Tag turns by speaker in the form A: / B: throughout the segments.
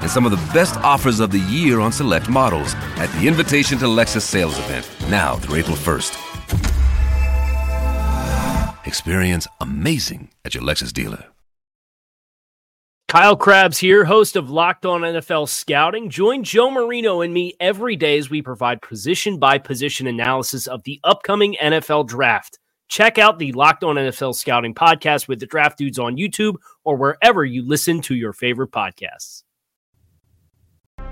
A: and some of the best offers of the year on select models at the Invitation to Lexus sales event, now through April 1st. Experience amazing at your Lexus dealer.
B: Kyle Krabs here, host of Locked On NFL Scouting. Join Joe Marino and me every day as we provide position by position analysis of the upcoming NFL draft. Check out the Locked On NFL Scouting podcast with the draft dudes on YouTube or wherever you listen to your favorite podcasts.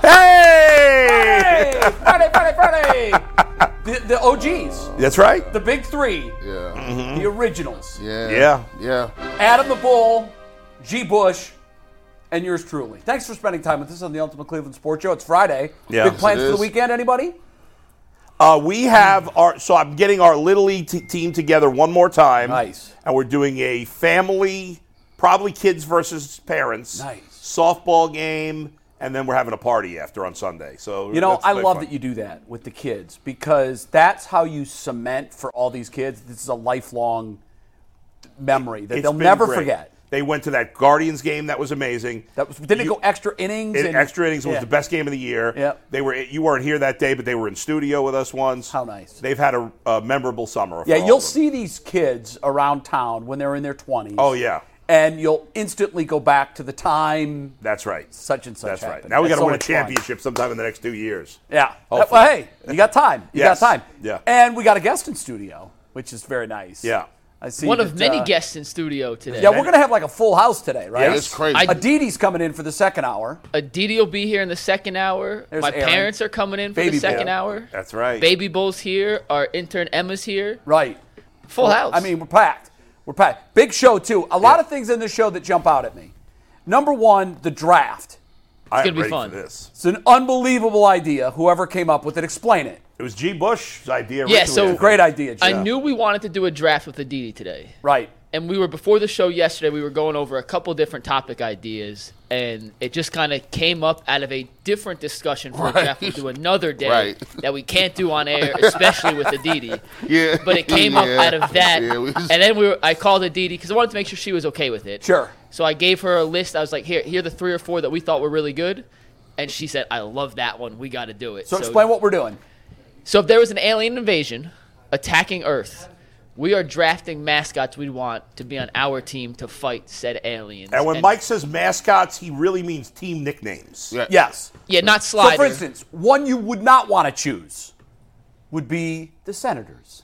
C: Hey!
D: Friday, Friday, Friday! the, the OGs,
C: That's right.
D: the big three,
E: Yeah.
D: the originals.
E: Yeah.
C: Mm-hmm. Yeah.
E: Yeah.
D: Adam the Bull, G. Bush, and yours truly. Thanks for spending time with us on the Ultimate Cleveland Sports Show. It's Friday.
C: Yeah.
D: Big plans
E: Yes, it
D: for the
E: is.
D: weekend, anybody?
C: Uh, we have our so I'm getting our little league t- team together one more time.
D: Nice.
C: And we're doing a family, probably kids versus parents.
D: Nice.
C: Softball game, and then we're having a party after on Sunday. So
D: You know,
C: that's
D: I
C: quite
D: love
C: fun.
D: that you do that with the kids because that's how you cement for all these kids. This is a lifelong memory that
C: It's
D: they'll
C: been
D: never
C: great.
D: forget.
C: They went to that Guardians game. That was amazing.
D: That was, didn't
C: You-
D: it go extra innings?
C: in
D: and-
C: extra innings was
D: Yeah.
C: the best game of the year.
D: Yep.
C: They were you weren't here that day, but they were in studio with us once.
D: How nice.
C: They've had a, a memorable summer. for all
D: Yeah,
C: of
D: you'll
C: them.
D: see these kids around town when they're in their 20s.
C: Oh yeah.
D: and you'll instantly go back to the time
C: That's right.
D: such and such
C: That's right.
D: happened.
C: Now we
D: That's
C: got to
D: so
C: win a
D: much fun.
C: championship sometime in the next two years.
D: Yeah.
C: Hopefully.
D: Well, hey, you got time. You
C: Yes.
D: got time.
C: Yeah.
D: And we got a guest in studio, which is very nice.
C: Yeah.
D: I see.
F: One
D: that,
F: of many
D: uh,
F: guests in studio today.
D: Yeah, we're gonna have like a full house today, right?
C: Yeah,
E: That's crazy.
F: I-
D: Aditi's coming in for the second hour.
F: Aditi Uh, will be here in the second hour.
D: There's
F: My
D: Aaron.
F: parents are coming in for
D: Baby
F: the second
D: Bull.
F: hour.
C: That's right.
F: Baby Bull's here. Our intern Emma's here.
D: Right.
F: Full house.
D: I mean, we're packed. We're packed. Big show too. A lot of things in this show that jump out at me. Number one, the draft.
C: I am
F: gonna be
C: ready
F: fun.
C: For this.
D: It's an unbelievable idea. Whoever came up with it, explain it.
C: It was G. Bush's idea.
F: Yeah,
C: originally,
F: so-
C: I think.
D: Great idea, Jim.
F: I knew we wanted to do a draft with Aditi today.
D: Right.
F: And we were before the show yesterday, we were going over a couple different topic ideas and it just kind of came up out of a different discussion for a draft we'll do another day
E: Right.
F: that we can't do on air, especially with Aditi.
E: Yeah.
F: But it came up
E: Yeah.
F: out of that.
E: Yeah, we just-
F: and then we were, I called Aditi because I wanted to make sure she was okay with it.
D: Sure.
F: So I gave her a list. I was like, here, here are the three or four that we thought were really good. And she said, I love that one. We got to do it.
D: So explain what we're doing.
F: So if there was an alien invasion attacking Earth, we are drafting mascots we'd want to be on our team to fight said aliens.
C: And when Mike says mascots, he really means team nicknames.
E: Yeah.
D: Yes.
F: yeah, not
D: So,
F: Slider.
D: for instance, one you would not want to choose would be the Senators.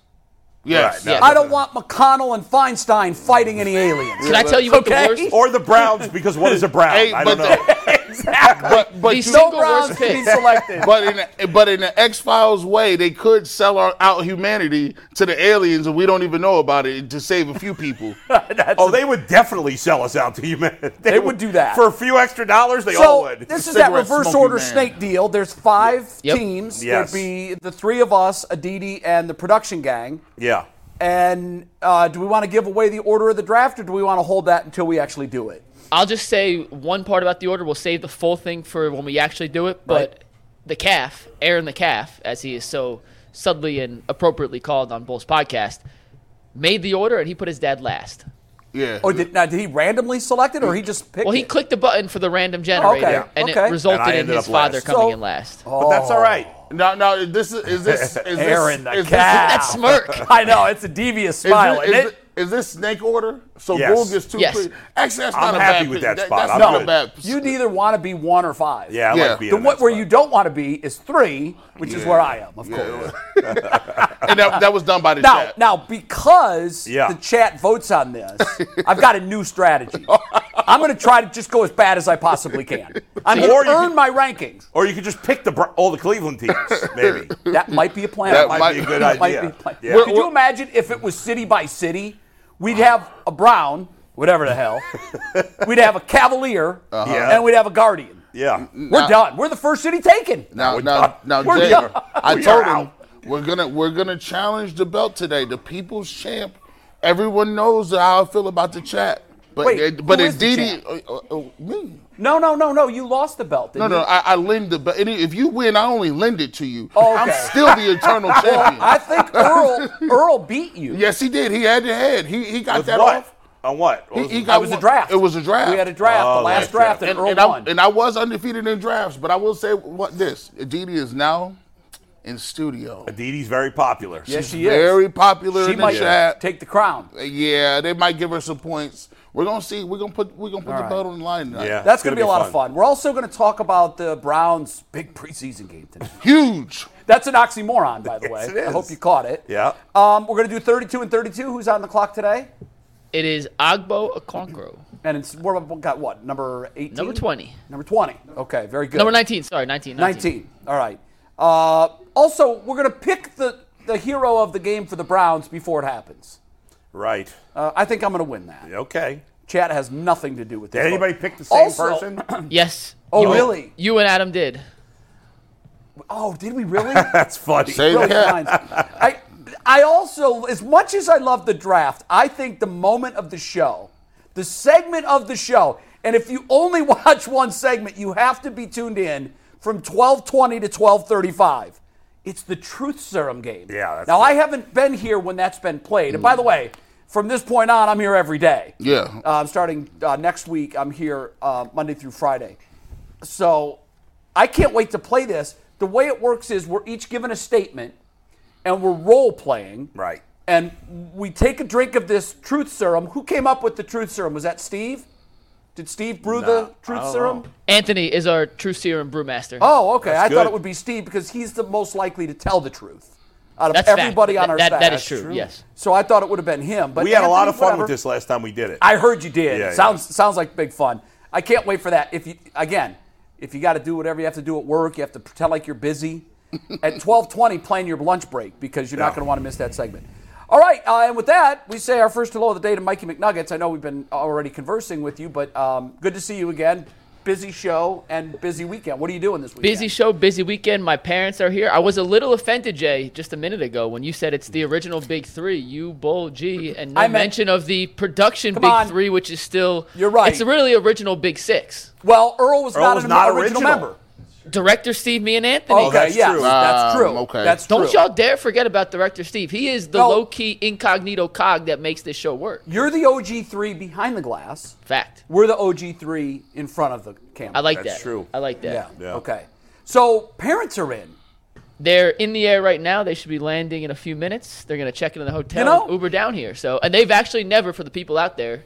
E: Yes.
F: Yeah.
D: I don't want McConnell and Feinstein fighting any aliens.
F: Can I tell you what
D: Okay.
F: the worst?
C: Or the Browns, because what is a Brown?
E: Hey,
C: I don't
E: but
C: know.
E: But but
F: The
E: you-
F: single
D: No Browns
F: worst
D: to be
F: pick.
D: selected.
E: but in the, but in the X Files way, they could sell our, out humanity to the aliens, and we don't even know about it to save a few people.
C: oh, they would definitely sell us out to you, man. They,
D: would do that.
C: for a few extra dollars. They all
D: So
C: would.
D: this is that
E: Cigarette
D: reverse
E: smoking
D: order
E: man.
D: snake deal. There's five
F: Yep.
D: teams.
C: Yes.
D: There'd be the three of us, Aditi, and the production gang.
C: yeah.
D: And uh, do we want to give away the order of the draft, or do we want to hold that until we actually do it?
F: I'll just say one part about the order. We'll save the full thing for when we actually do it. But
D: Right.
F: the calf, Aaron the calf, as he is so subtly and appropriately called on Bull's podcast, made the order and he put his dad last.
E: Yeah.
D: Or did, now, did he randomly select it, or he just picked?
F: Well, he
D: it?
F: clicked the button for the random generator,
D: Okay,
F: and
D: okay.
F: it resulted
C: And I
F: in
C: ended
F: his
C: up last.
F: father coming
D: So-
F: in last.
C: But that's all right.
D: Oh.
E: Now, now, this is is this is
D: Aaron the
E: this, is
D: cat.
F: That smirk.
D: I know it's a devious
E: This,
D: smile.
E: is,
D: isn't
E: thi-
D: it?
E: is this snake order? So
C: Yes.
E: Gould gets two.
F: Yes.
E: Three. Actually, that's
C: I'm
E: not a
C: happy
E: bad
C: with
E: pick.
C: that spot.
E: That's
C: I'm
E: not
C: good.
E: a bad.
D: You neither want to be one or five.
C: Yeah, I
E: Yeah.
C: like being
D: The
C: in
D: what
C: that
D: where
C: spot.
D: you don't want to be is three, which is
E: Yeah.
D: where I am, of course.
E: and that, that was done by the
D: Now,
E: chat.
D: now because
C: Yeah.
D: the chat votes on this, I've got a new strategy. I'm going to try to just go as bad as I possibly can. I'm
C: Or
D: going
C: you
D: to earn
C: could-
D: my rankings.
C: Or you could just pick the Bro- all the Cleveland teams, maybe.
D: That might be a plan.
E: That
C: might, be a
E: Might-
C: good
D: That might
C: idea.
D: be a plan.
C: Yeah.
D: Could you imagine if it was city by city? We'd have a Brown, whatever the hell. we'd have a Cavalier,
E: Uh-huh.
C: Yeah.
D: and we'd have a Guardian.
C: yeah.
D: We're done. We're the first city taken.
E: Now, now, now,
D: We're
E: Jay,
D: done.
E: I
C: We
E: told
C: are
E: him
C: out.
E: we're gonna we're gonna challenge the belt today. The people's champ. Everyone knows how I feel about the chat, but
D: Wait,
E: it, but
D: who is
E: it's
D: the
E: Didi.
D: champ?
E: Uh, uh, uh, me.
D: No, no, no, no. You lost the belt.
E: No,
D: Didn't
E: no,
D: You?
E: I, I lend the belt. If you win, I only lend it to you.
D: Oh,
E: I'm
D: okay.
E: still the eternal champion.
D: I think Earl Earl beat you.
E: yes, he did. He had the head. He he got
C: With
E: that
C: what?
E: off.
C: On what? What
E: He,
C: was
E: he
C: it?
E: got
D: It was a
E: one-
D: draft.
E: It was a draft.
D: We had a draft,
C: Oh,
D: the last
C: last
D: draft,
C: draft.
D: and,
E: and,
D: Earl
E: and I,
D: won.
E: and I was undefeated in drafts, but I will say what this: Aditi is now in studio.
C: Didi's very popular.
D: yes, she is.
E: Very popular
D: she
E: in the
D: might
E: chat.
D: take the crown.
E: yeah, they might give her some points. We're gonna see. We're gonna put. We're gonna put the
D: right.
E: belt on the line tonight.
C: Yeah.
D: That's
C: It's
D: going to
C: gonna
D: be a
C: be
D: lot of
C: fun.
D: fun. We're also going to talk about the Browns' big preseason game tonight.
E: huge.
D: That's an oxymoron, by the way.
C: Yes, it
D: I hope
C: is.
D: you caught it.
C: Yeah.
D: Um, we're going to do 32 and 32. Who's on the clock today?
F: It is Agbo Okonkwo,
D: And it's we're about- got what number 18?
F: number 20.
D: Number 20. Okay, very good.
F: Number 19, sorry, 19. 19.
D: 19. All right. Uh, also, we're going to pick the the hero of the game for the Browns before it happens.
C: Right.
D: Uh, I think I'm going to win that.
C: Okay.
D: Chat has nothing to do with this.
C: Did
D: vote.
C: anybody pick the same
D: Also-
C: person?
F: Yes.
D: Oh,
F: You-
D: really?
F: You and Adam did.
D: Oh, did we really?
C: That's funny.
E: Say
D: Really
E: that.
D: kind. I I also, as much as I love the draft, I think the moment of the show, the segment of the show, and if you only watch one segment, you have to be tuned in from 1220 to 1235. It's the truth serum game.
C: Yeah, that's
D: now, I
C: right. Mm.
D: haven't been here when that's been played. And by the way, from this point on, I'm here every day.
E: Yeah.
D: Um, starting uh, next week, I'm here uh, Monday through Friday. So I can't wait to play this. The way it works is we're each given a statement and we're role playing.
C: Right.
D: And we take a drink of this truth serum. Who came up with the truth serum? Was that Steve? Did Steve brew the truth serum?
F: Anthony is our true seer and brewmaster.
D: Oh, okay. I thought
C: good.
D: it would be Steve because he's the most likely to tell the truth out of
F: That's fact.
D: everybody on
F: That-
D: our
F: that-
D: staff.
F: that is true, yes.
D: So I thought it would have been him. But
C: We had a
D: Anthony,
C: lot of fun
D: whatever.
C: with this last time we did it.
D: I heard you did.
C: Yeah, yeah.
D: sounds sounds like big fun. I can't wait for that. If you again, if you got to do whatever you have to do at work, you have to pretend like you're busy. at twelve twenty, plan your lunch break because you're not
C: Yeah.
D: going to want to miss that segment. All right, uh, and with that, we say our first hello of the day to Mikey McNuggets. I know we've been already conversing with you, but um, good to see you again. Busy show and busy weekend. What are you doing this weekend?
F: Busy show, busy weekend. My parents are here. I was a little offended, Jay, just a minute ago when you said it's the original Big Three, you, Bull, G, and no
D: Mm. I meant-
F: mention of the production
D: Come
F: Big
D: on.
F: Three, which is still.
D: You're right.
F: It's really original Big Six.
D: Well, Earl was
C: Earl
D: not
C: was
D: an
C: not
D: original,
C: original.
D: member.
F: Director Steve, me, and Anthony.
D: okay,
C: that's
D: yes,
C: true.
D: Oh, that's true.
E: Um, okay.
D: That's true.
F: Don't y'all dare forget about Director Steve. He is the
D: No.
F: low key incognito cog that makes this show work.
D: You're the OG three behind the glass.
F: Fact.
D: We're the OG three in front of the camera.
F: I like
C: That's
F: that.
C: true.
F: I like that.
D: Yeah.
C: Yeah.
D: Okay. So parents are in.
F: They're in the air right now. They should be landing in a few minutes. They're gonna check in in the hotel.
D: You know-
F: and Uber down here. So, and they've actually never, for the people out there,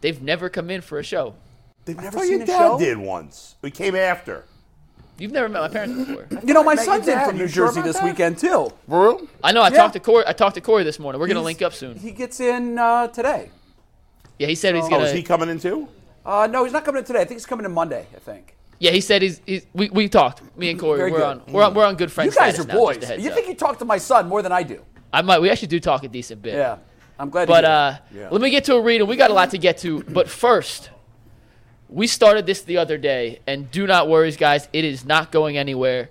F: they've never come in for a show.
D: They've never
C: thought your
D: seen a
C: dad
D: show.
C: did once. We came after.
F: You've never met my parents before.
D: You know, my
C: met
D: son's
C: your
D: in
C: dad.
D: from
C: You
D: New
C: sure
D: Jersey
C: about
D: this
C: that?
D: weekend too.
E: For real?
F: I know. I
D: Yeah.
F: talked to Corey. I talked to Corey this morning. We're gonna
D: He's-
F: link up soon.
D: He gets in uh, today.
F: yeah, he said he's
C: Oh,
F: gonna.
C: is he coming in too?
D: Uh, no, he's not coming in today. I think he's coming in Monday. I think.
F: yeah, he said he's. he's we, we talked. Me and Corey.
D: Very
F: We're
D: good.
F: on, we're on. We're on good friends.
D: you guys
F: status
D: are
F: now, just
D: boys.
F: a heads
D: You
F: up.
D: think you talk to my son more than I do?
F: I might. We actually do talk a decent bit.
D: Yeah. I'm glad. to
F: But
D: hear that.
F: uh, let me get to a read, and we got a lot to get to. But first, we started this the other day, and do not worry, guys, it is not going anywhere.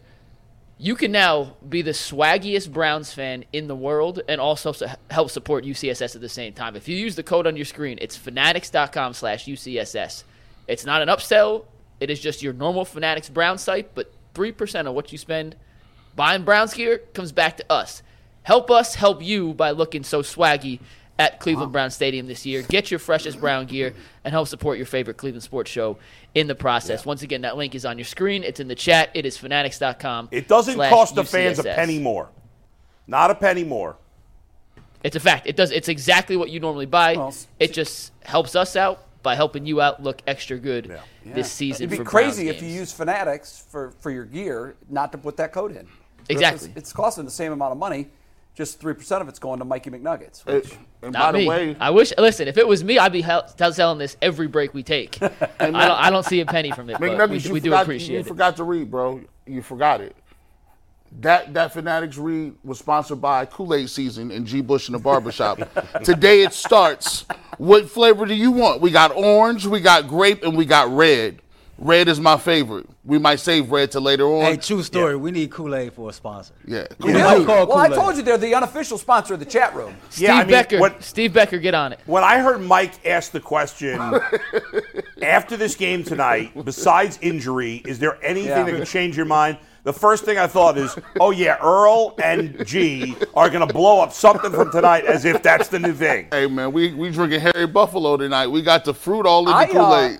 F: You can now be the swaggiest Browns fan in the world and also su- help support UCSS at the same time. If you use the code on your screen, it's fanatics.com slash UCSS. It's not an upsell. It is just your normal Fanatics Browns site, but 3% of what you spend buying Browns gear comes back to us. Help us help you by looking so swaggy at Cleveland Brown Stadium this year. Get your freshest Brown gear and help support your favorite Cleveland sports show in the process. Once again, that link is on your screen. It's in the chat. It is fanatics.com.
C: It doesn't
F: slash
C: cost the fans a
F: UCSS.
C: penny more. Not a penny more.
F: It's a fact. It does. It's exactly what you normally buy.
D: Well,
F: it just helps us out by helping you out look extra good this season.
D: It'd be
F: for
D: crazy
F: Browns
D: if you
F: games.
D: use Fanatics for, for your gear not to put that code in.
F: Exactly.
D: It's, it's costing the same amount of money, just 3% of it's going to Mikey McNuggets. Which,
E: And
F: Not
E: by the
F: me.
E: way,
F: I wish. Listen, if it was me, I'd be hel- tell- selling this every break we take. I, don't, I don't see a penny from it. But we,
E: McNuggets, you
F: we do
E: forgot-
F: appreciate
E: You
F: it.
E: forgot to read, bro. You forgot it. That that Fanatics read was sponsored by Kool Aid Season and G. Bush in the barbershop. Today it starts. What flavor do you want? We got orange, we got grape, and we got red. Red is my favorite. We might save red till later on.
G: Hey, true story. We need Kool Aid for a sponsor.
E: yeah.
G: We might call
D: well, I
G: Kool-Aid.
D: told you they're the unofficial sponsor of the chat room.
F: Steve
C: Yeah, I mean,
F: Becker.
C: what-
F: Steve Becker, get on it.
C: When I heard Mike ask the question after this game tonight, besides injury, is there anything
D: Yeah.
C: that could change your mind? The first thing I thought is, oh yeah, Earl and G are going to blow up something from tonight as if that's the new thing.
E: Hey man, we we drinking Harry Buffalo tonight. We got the fruit all in the
D: I, uh,
E: Kool Aid.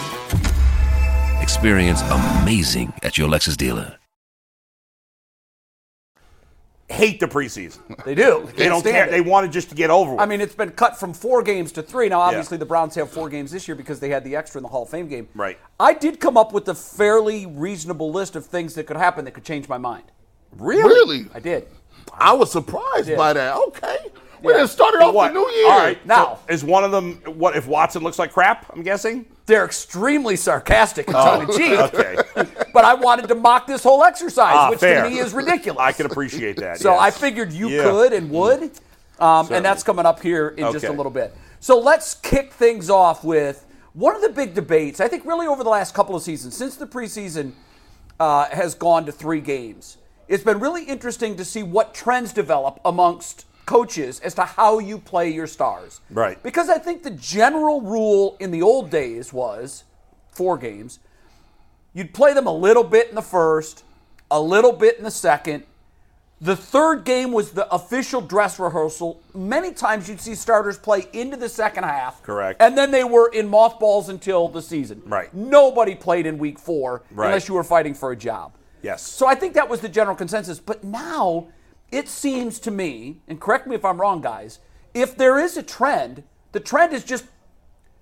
A: Experience amazing at your Lexus dealer.
C: hate the preseason.
D: They do.
C: They don't care. They want it just to get over with.
D: I mean, it's been cut from four games to three. Now, obviously, the Browns have four games this year because they had the extra in the Hall of Fame game.
C: Right.
D: I did come up with a fairly reasonable list of things that could happen that could change my mind.
E: Really?
D: I did.
E: I was surprised by that. Okay. We
D: Yeah.
E: done started
C: So
E: off
C: what?
E: the new year.
C: All right,
D: Now-
C: now is one of them. What if Watson looks like crap? I'm guessing.
D: They're extremely sarcastic and tongue in cheek.
C: Oh, Okay,
D: But I wanted to mock this whole exercise,
C: Ah,
D: which
C: fair.
D: to me is ridiculous.
C: I can appreciate that.
D: So
C: yes.
D: I figured you
C: Yeah. Mm-hmm.
D: could and would. Um, and that's coming up here in just a
C: Okay.
D: little bit. So let's kick things off with one of the big debates, I think, really over the last couple of seasons, since the preseason uh, has gone to three games. It's been really interesting to see what trends develop amongst coaches as to how you play your stars.
C: Right.
D: Because I think the general rule in the old days was four games. You'd play them a little bit in the first, a little bit in the second. The third game was the official dress rehearsal. Many times you'd see starters play into the second half.
C: Correct.
D: And then they were in mothballs until the season.
C: Right.
D: Nobody played in week four
C: Right.
D: unless you were fighting for a job.
C: Yes.
D: So I think that was the general consensus. But now it seems to me, and correct me if I'm wrong, guys, if there is a trend, the trend is just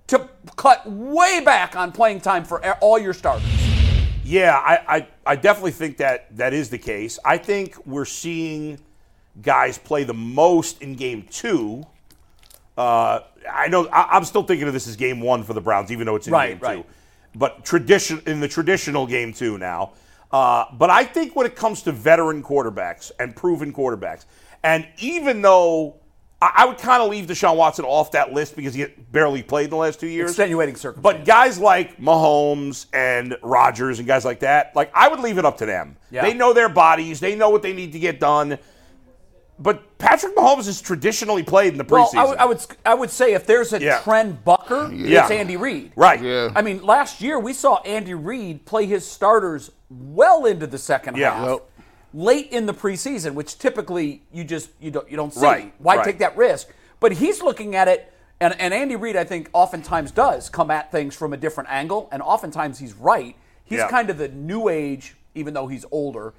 D: to cut way back on playing time for all your starters.
C: Yeah, I, I, I definitely think that that is the case. I think we're seeing guys play the most in game two. Uh, I know I, I'm still thinking of this as game one for the Browns, even though it's in
D: Right,
C: game
D: right.
C: two. But tradition in the traditional game two now. Uh, but I think when it comes to veteran quarterbacks and proven quarterbacks, and even though I, I would kind of leave Deshaun Watson off that list because he barely played in the last two years.
D: Extenuating circumstances.
C: But guys like Mahomes and Rodgers and guys like that, like I would leave it up to them.
D: Yeah.
C: They know their bodies, they know what they need to get done. But Patrick Mahomes is traditionally played in the
D: Well,
C: preseason.
D: I would- I would I would say if there's a
C: Yeah.
D: trend bucker,
C: Yeah.
D: it's Andy Reid.
C: right.
E: Yeah.
D: I mean, last year we saw Andy Reid play his starters well into the second
C: Yeah.
D: half,
C: Yep.
D: late in the preseason, which typically you just you don't you don't see.
C: Right,
D: Why
C: right.
D: take that risk? But he's looking at it, and, and Andy Reid, I think, oftentimes does come at things from a different angle, and oftentimes he's right. He's
C: Yeah.
D: kind of the new age, even though he's older.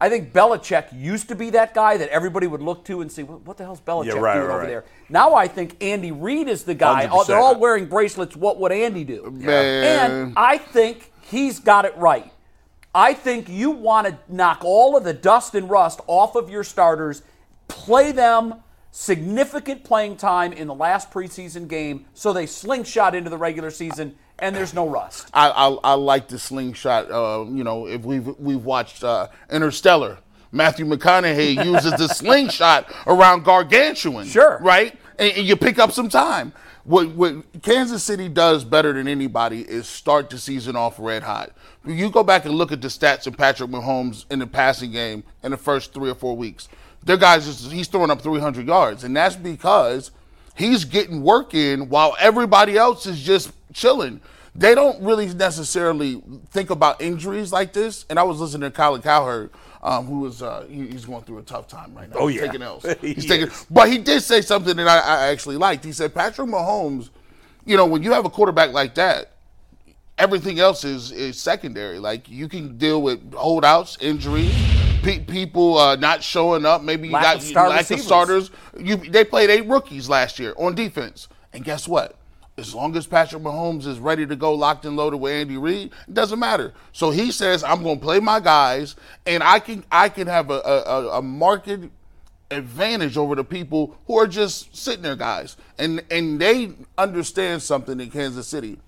D: I think Belichick used to be that guy that everybody would look to and say, "What, what the hell's Belichick
C: Yeah, right,
D: doing
C: right,
D: over
C: right.
D: there?" Now I think Andy Reid is the guy. Oh, they're
C: 100%.
D: all wearing bracelets. What would Andy do? And I think he's got it right. I think you want to knock all of the dust and rust off of your starters, play them significant playing time in the last preseason game so they slingshot into the regular season and there's no rust.
E: I, I I like the slingshot. Uh, you know, if we've we've watched uh, Interstellar, Matthew McConaughey uses the slingshot around Gargantuan.
D: Sure.
E: right, and, and you pick up some time. What what Kansas City does better than anybody is start the season off red hot. You go back and look at the stats of Patrick Mahomes in the passing game in the first three or four weeks. Their guys, is, he's throwing up 300 yards, and that's because He's getting work in while everybody else is just chilling. They don't really necessarily think about injuries like this. And I was listening to Colin Cowherd, um, who was uh, he- he's going through a tough time right now.
C: Oh,
E: He's
C: yeah.
E: taking L's.
C: He
E: He's taking, but he did say something that I, I actually liked. He said Patrick Mahomes, you know, when you have a quarterback like that, everything else is is secondary. Like you can deal with holdouts, injuries, pe- people uh, not showing up. Maybe you
D: Lack
E: got
D: of star
E: lack
D: receivers.
E: of starters. You they played eight rookies last year on defense, and guess what? As long as Patrick Mahomes is ready to go locked and loaded with Andy Reid, it doesn't matter. So he says, "I'm going to play my guys, and I can I can have a a, a- a market advantage over the people who are just sitting there, guys." And and they understand something in Kansas City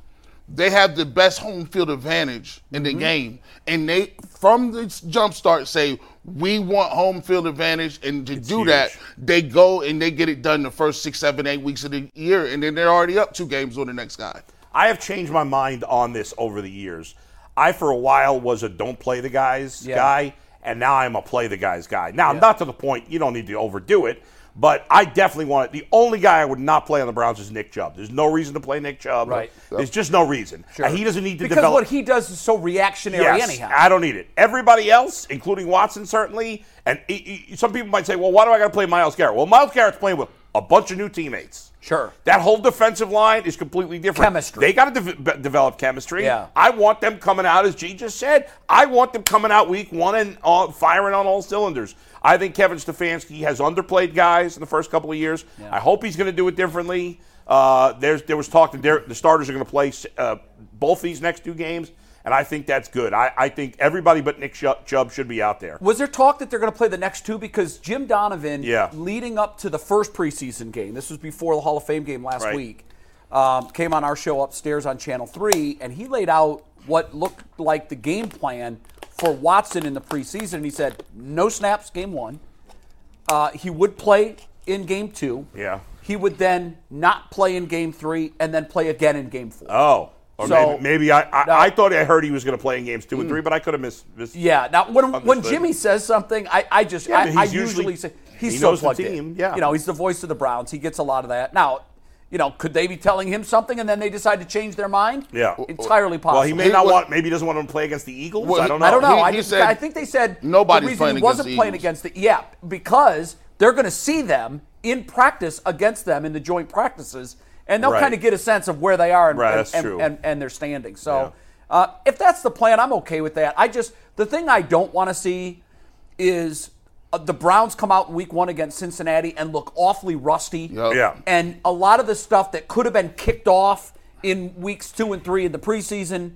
E: they have the best home field advantage in the game. And they, from the s- jump start, say, we want home field advantage. And to do that, they go and they get it done the first six, seven, eight weeks of the year. And then they're already up two games on the next guy.
C: I have changed my mind on this over the years. I, for a while, was a don't play the guys
D: Yeah.
C: guy, and now I'm a play the guys guy. Now, not to the point, you don't need to overdo it, but I definitely want it. The only guy I would not play on the Browns is Nick Chubb. There's no reason to play Nick Chubb.
D: Right.
C: There's just no reason. And he doesn't need to
D: because
C: develop.
D: what he does is so reactionary
C: Yes,
D: anyhow.
C: I don't need it. Everybody else, including Watson, certainly, and e- e- some people might say, well, why do I got to play Miles Garrett? Well, Miles Garrett's playing with a bunch of new teammates.
D: Sure.
C: That whole defensive line is completely different.
D: Chemistry.
C: They got to de- develop chemistry.
D: Yeah.
C: I want them coming out, as G just said. I want them coming out week one and uh, firing on all cylinders. I think Kevin Stefanski has underplayed guys in the first couple of years. I hope he's going to do it differently. Uh, there's there was talk that they're- the starters are going to play uh, both these next two games, and I think that's good. I, I think everybody but Nick Chubb- Chubb should be out there.
D: Was there talk that they're going to play the next two? Because Jim Donovan,
C: Yeah.
D: leading up to the first preseason game, this was before the Hall of Fame game last
C: Right.
D: week, um, came on our show upstairs on Channel 3, and he laid out what looked like the game plan for Watson in the preseason. And he said, no snaps game one. Uh, he would play in game two.
C: Yeah.
D: He would then not play in game three and then play again in game four.
C: Oh. Or
D: So-
C: maybe, maybe I, I,
D: No.
C: I thought I heard he was going to play in games two and three, but I could have missed. missed
D: Yeah. Now, when when
C: Understood.
D: Jimmy says something, I, I just
C: Yeah,
D: I,
C: but
D: I
C: he's usually-
D: usually, say he's
C: he
D: so
C: knows the
D: plugged
C: team,
D: in.
C: yeah.
D: You know, he's the voice of the Browns. He gets a lot of that. Now, you know, could they be telling him something and then they decide to change their mind?
C: Yeah.
D: Entirely possible.
C: Well, he may
E: He
C: not
E: wa-
C: want. Maybe he doesn't want him to play against the Eagles.
E: Well,
C: I don't know.
D: I don't know.
E: He-
D: I,
E: he
D: just,
E: said
D: I think they said
E: nobody's
D: the reason
E: playing
D: he
E: against
D: wasn't
E: the
D: playing
E: Eagles.
D: against the yeah because they're going to see them in practice against them in the joint practices, and they'll
C: Right.
D: kind of get a sense of where they are and
C: Right,
D: and,
C: that's
D: and,
C: true.
D: and, and their standing. So uh, if that's the plan, I'm okay with that. I just the thing I don't want to see is. uh, The Browns come out in week one against Cincinnati and look awfully rusty.
C: Yeah.
D: uh, And a lot of the stuff that could have been kicked off in weeks two and three in the preseason,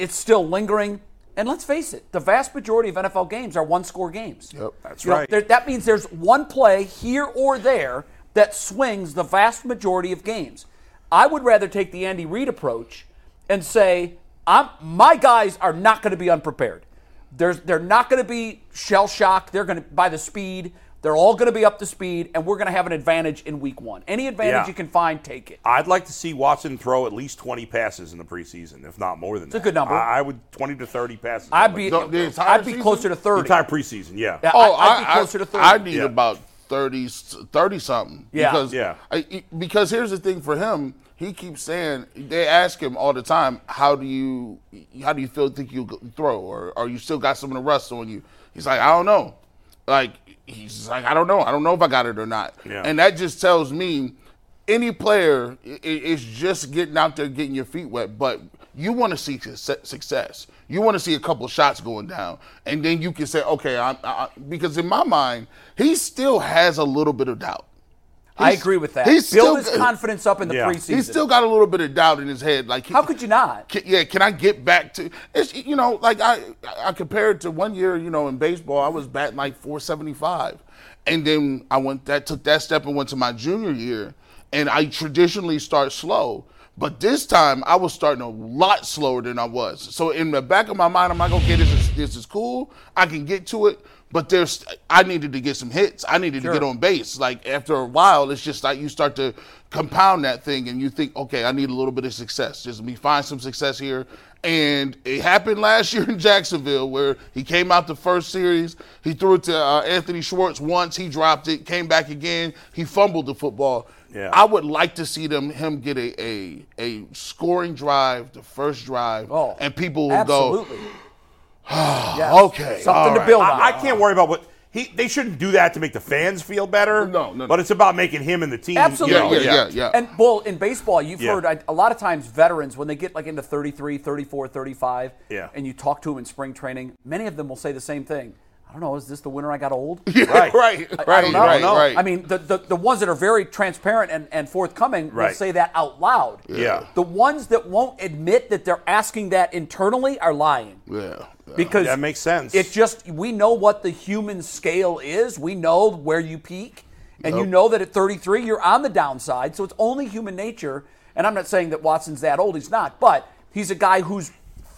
D: it's still lingering. And let's face it, the vast majority of NFL games are one score games. Yep,
C: That's right.
D: that means there's one play here or there that swings the vast majority of games. I would rather take the Andy Reid approach and say, I'm, my guys are not going to be unprepared. There's, they're not going to be shell shocked. They're going to by the speed. They're all going to be up to speed, and we're going to have an advantage in week one. Any advantage
C: Yeah.
D: you can find, take it.
C: I'd like to see Watson throw at least 20 passes in the preseason, if not more than that.
D: a good number.
C: I, I would 20 to 30 passes.
D: I'd be,
E: The- the entire
D: I'd be
E: season?
D: closer to
C: the
D: thirty.
C: entire preseason. Yeah.
D: Yeah,
E: Oh,
D: I,
E: I,
D: would be closer to 30.
E: I need
C: Yeah.
E: about 30, 30 something.
D: Yeah.
E: Because,
C: Yeah.
E: I- e, because here's the thing for him. He keeps saying they ask him all the time, "How do you, how do you feel? Think you throw, or are you still got some of the rust on you?" He's like, "I don't know." Like he's like, "I don't know. I don't know if I got it or not."
C: Yeah.
E: And that just tells me any player i- i- is just getting out there, getting your feet wet. But you want to see success- success. You want to see a couple shots going down, and then you can say, "Okay," I, I, because in my mind, he still has a little bit of doubt.
D: I agree with that.
E: he's still
D: Build his
E: good.
D: confidence up in the
C: Yeah.
D: preseason.
E: He's still got a little bit of doubt in his head. Like,
D: How could you not?
E: Can, yeah, can I get back to? It's, you know, like I, I compared to one year. You know, in baseball, I was batting like 475, and then I went that took that step and went to my junior year, and I traditionally start slow. But this time I was starting a lot slower than I was. So in the back of my mind, I'm like, okay, this is this is cool. I can get to it. But there's, I needed to get some hits. I needed to get on base. Like after a while, it's just like you start to compound that thing, and you think, okay, I need a little bit of success. Just me find some success here, And it happened last year in Jacksonville where he came out the first series. He threw it to uh, Anthony Schwartz once. He dropped it, came back again. He fumbled the football.
C: Yeah.
E: I would like to see them him get a a, a scoring drive, the first drive,
D: Oh,
E: and people will go,
D: Absolutely. Yes.
E: okay, all
D: Something to
E: right.
D: build on.
C: I, I can't worry about what he. They shouldn't do that to make the fans feel better.
E: No, no, no.
C: But it's about making him and the team. you know,
D: Absolutely.
E: Yeah, yeah, yeah, yeah.
D: And, Bull, in baseball, you've
C: Yeah.
D: heard I, a lot of times veterans, when they get like into 33, 34, 35,
C: Yeah.
D: and you talk to them in spring training, many of them will say the same thing. I don't know, is this the winter I got old?
C: Right.
D: I-
E: right, right,
D: I don't know.
E: right,
C: No.
E: right.
D: I mean, the, the, the ones that are very transparent and, and forthcoming will
C: Right.
D: say that out loud.
C: Yeah.
D: The ones that won't admit that they're asking that internally are lying.
E: yeah, yeah.
D: Because
C: That makes sense.
D: It just we know what the human scale is. We know where you peak, and you know that at 33 you're on the downside. So it's only human nature. And I'm not saying that Watson's that old. He's not, but he's a guy who's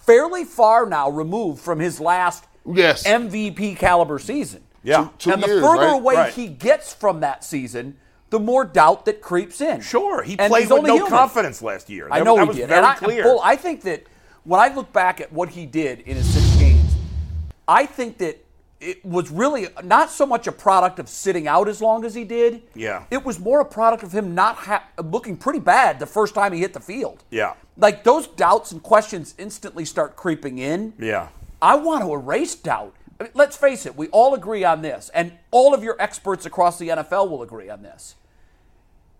D: fairly far now removed from his last
E: Yes.
D: MVP caliber season.
C: yeah.
E: Two
D: and the
E: years,
D: further
E: right?
D: away
C: Right.
D: he gets from that season, the more doubt that creeps in.
C: Sure, he
D: And
C: played
D: he's
C: with
D: only
C: no
D: human.
C: confidence last year.
D: I
C: That-
D: know
C: that
D: he
C: was
D: did.
C: very
D: and I,
C: clear.
D: Bull, I think that when I look back at what he did in his six games, I think that it was really not so much a product of sitting out as long as he did.
C: Yeah.
D: It was more a product of him not ha- looking pretty bad the first time he hit the field.
C: Yeah.
D: Like those doubts and questions instantly start creeping in.
C: Yeah.
D: I want to erase doubt. I mean, let's face it, we all agree on this, and all of your experts across the NFL will agree on this.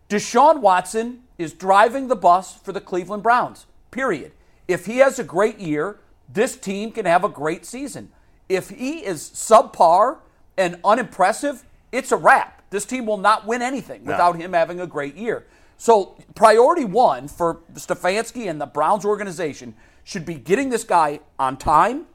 D: Deshaun Watson is driving the bus for the Cleveland Browns, period. If he has a great year, this team can have a great season. If he is subpar and unimpressive, it's a wrap. This team will not win anything without him having a great year. So, priority one for Stefanski and the Browns organization should be getting this guy on time,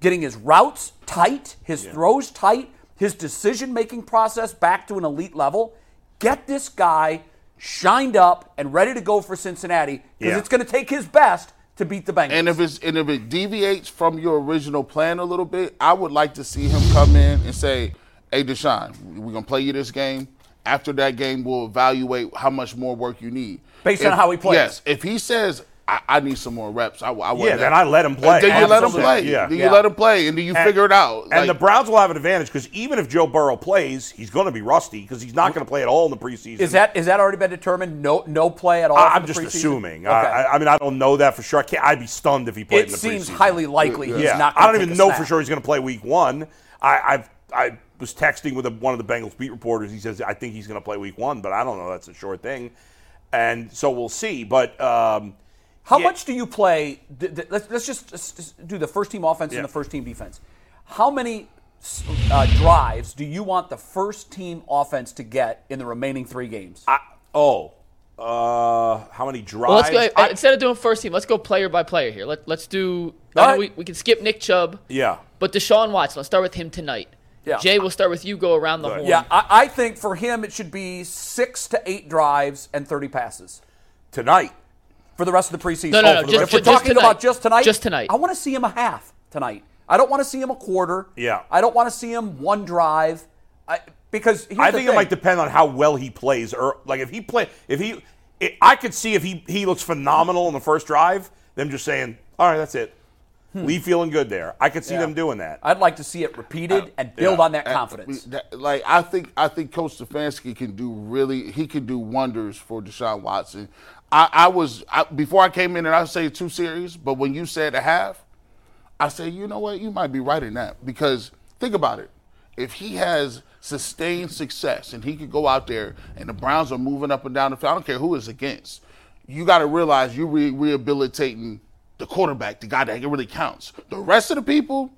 D: getting his routes tight, his throws tight, his decision making process back to an elite level. Get this guy shined up and ready to go for Cincinnati because
C: Yeah.
D: it's going to take his best to beat the Bengals.
E: And if it's and if it deviates from your original plan a little bit, I would like to see him come in and say, "Hey, Deshaun, we're gonna play you this game. After that game, we'll evaluate how much more work you need
D: Based on
E: If-
D: how he plays.
E: Yes. If he says, "I, I need some more reps," I, I want
C: Yeah,
E: that.
C: then I let him play.
E: Then you let him play.
C: Absolutely. Yeah.
E: Then you
D: Yeah.
E: let him play, and then you
C: And-
E: figure it out.
C: And the
E: Like,
C: Browns will have an advantage because even if Joe Burrow plays, he's going to be rusty because he's not going to play at all in the preseason.
D: is that is that already been determined? No, no play at all.
C: I,
D: for
C: I'm
D: the
C: just
D: preseason?
C: assuming.
D: Okay.
C: I, I- I mean, I don't know that for sure. I can't, I'd be stunned if he played
D: it
C: in the
D: seems
C: preseason.
D: highly likely he's
C: yeah.
D: not.
C: I don't
D: gonna
C: even
D: take a
C: know for
D: snap.
C: sure he's going to play week one. I, I've I was texting with a, one of the Bengals beat reporters. He says I think he's going to play week one, but I don't know. That's a sure thing, and so we'll see. But um,
D: How
C: Yeah.
D: much do you play? th- th- Let's, let's just let's just do the first team offense
C: Yeah.
D: and the first team defense. How many s- uh, drives do you want the first team offense to get in the remaining three games?
C: I, oh, uh, how many
F: Well,
C: drives?
F: let's go
C: I-
F: instead of doing first team. Let's go player by player here. Let, let's do. I
D: All
F: know
D: right.
F: we, we can skip Nick Chubb,
C: yeah,
F: but Deshaun Watson. Let's start with him tonight.
D: Yeah.
F: Jay, we'll start with you. Go around the horn.
D: yeah, I, I think for him it should be six to eight drives and thirty passes
C: tonight.
D: for the rest of the preseason. Oh,
F: No, no, no,
D: for the
F: just-
D: rest- if we're
F: just
D: talking about
F: tonight.
D: just tonight,
F: Just tonight.
D: I want to see him a half tonight. I don't want to see him a quarter.
C: Yeah.
D: I don't want to see him one drive. I, because here's
C: I
D: the
C: think
D: thing.
C: it might depend on how well he plays, or like if he play, if he, it, I could see if he he looks phenomenal in the first drive, them just saying, all right, that's it,
D: Hmm.
C: leave feeling good there. I could see them doing that.
D: I'd like to see it repeated and build
C: yeah.
D: on that confidence.
E: that- like I think I think Coach Stefanski can do really he can do wonders for Deshaun Watson. I, I was I, before I came in and I say two series, but when you said a half, I say you know what you might be right in that because think about it. If he has sustained success and he could go out there and the Browns are moving up and down the field, I don't care who it's against. You got to realize you re- rehabilitating the quarterback, the guy that really counts. The rest of the people,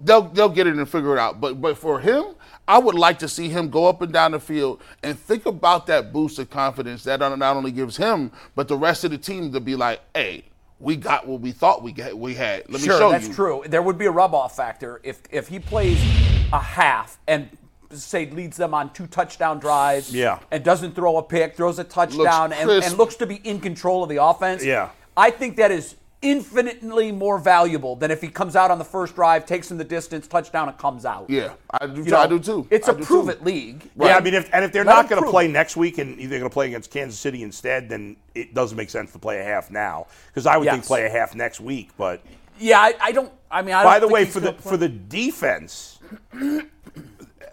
E: they'll they'll get it and figure it out. But but for him, I would like to see him go up and down the field and think about that boost of confidence that not not only gives him but the rest of the team to be like, hey, we got what we thought we got we had. Let me
D: Sure,
E: show
D: that's
E: you.
D: true. There would be a rub off factor if if he plays a half and say leads them on two touchdown drives
C: Yeah.
D: and doesn't throw a pick, throws a touchdown and,
E: crisp.
D: and looks to be in control of the offense.
C: Yeah.
D: I think that is infinitely more valuable than if he comes out on the first drive, takes him the distance, touchdown, and comes out.
E: Yeah, I do.
D: You know,
E: I do too.
D: It's
E: a
D: a prove it league.
C: Yeah, I mean, if, and if they're
D: Let
C: not
D: them
C: going to
D: prove
C: play
D: it.
C: next week and they're going to play against Kansas City instead, then it doesn't make sense to play a half now because I would think
D: Yes.
C: play a half next week. But
D: yeah, I, I don't. I mean, I
C: by
D: don't
C: the
D: think
C: way,
D: he's
C: for the
D: gonna
C: for the defense,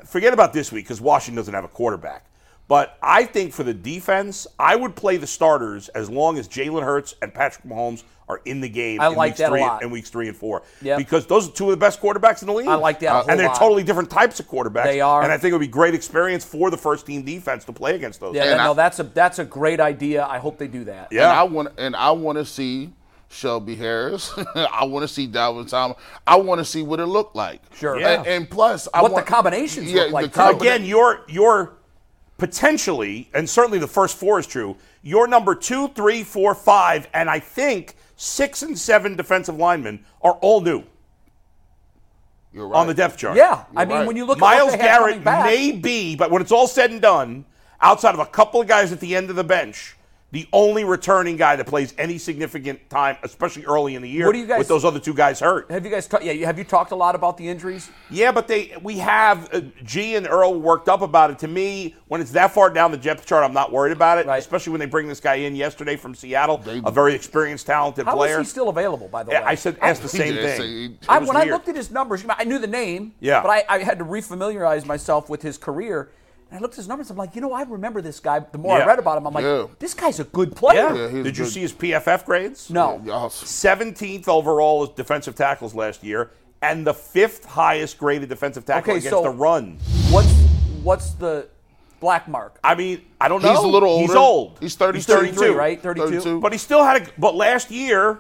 C: forget about this week because Washington doesn't have a quarterback. But I think for the defense, I would play the starters as long as Jalen Hurts and Patrick Mahomes are in the game.
D: I
C: in
D: like
C: weeks
D: that a
C: three
D: lot.
C: And weeks three and four,
D: Yep.
C: because those are two of the best quarterbacks in the league.
D: I like that a whole
C: and they're
D: lot.
C: totally different types of quarterbacks.
D: They are.
C: and I think it would be great experience for the first team defense to play against those.
D: Yeah,
E: And
D: no,
E: I-
D: that's a that's a great idea. I hope they do that.
C: Yeah.
E: And I want and I want to see Shelby Harris. I want to see Dalvin Thomas. I want to see what it looked like.
D: Sure.
E: A- And, plus, I
D: What the
E: want-
D: combinations look like,
E: the
D: too.
E: combina-
C: again, you're you're potentially, and certainly the first four is true. Your number two, three, four, five, and I think six and seven defensive linemen are all new
E: You're
C: on the depth chart.
D: Yeah, I mean,
E: right.
D: when you look
C: Miles
D: at what they have
C: Garrett
D: coming back,
C: may be, but when it's all said and done, outside of a couple of guys at the end of the bench, the only returning guy that plays any significant time, especially early in the year,
D: What do you guys-
C: with those other two guys hurt.
D: have you guys? Ta- yeah, you- have you talked a lot about the injuries?
C: Yeah, but they we have uh, G and Earl worked up about it. To me, when it's that far down the depth chart, I'm not worried about it.
D: Right.
C: Especially when they bring this guy in yesterday from Seattle, a very experienced, talented
D: How is
C: player.
D: he still available? By the way,
C: I said, ask the same
E: Yeah,
C: thing.
E: see,
C: It
D: I,
C: was
D: when I
C: weird.
D: looked at his numbers, you know, I knew the name.
C: Yeah.
D: But I, I had to refamiliarize myself with his career. And I looked at his numbers. I'm like, you know, I remember this guy. The more
C: Yeah.
D: I read about him, I'm like,
E: Yeah.
D: this guy's a good player.
C: yeah.
E: Yeah, he's
C: Did you
E: good.
C: see his PFF grades?
D: No.
E: Y'all-
C: 17th overall as defensive tackles last year, and the fifth highest graded defensive tackle
D: Okay,
C: against
D: so-
C: the run.
D: What's what's the black mark?
C: I mean, I don't know.
E: He's a little older.
C: He's old.
E: He's 30,
C: He's 32,
D: right? 32.
C: But he still had a. But last year,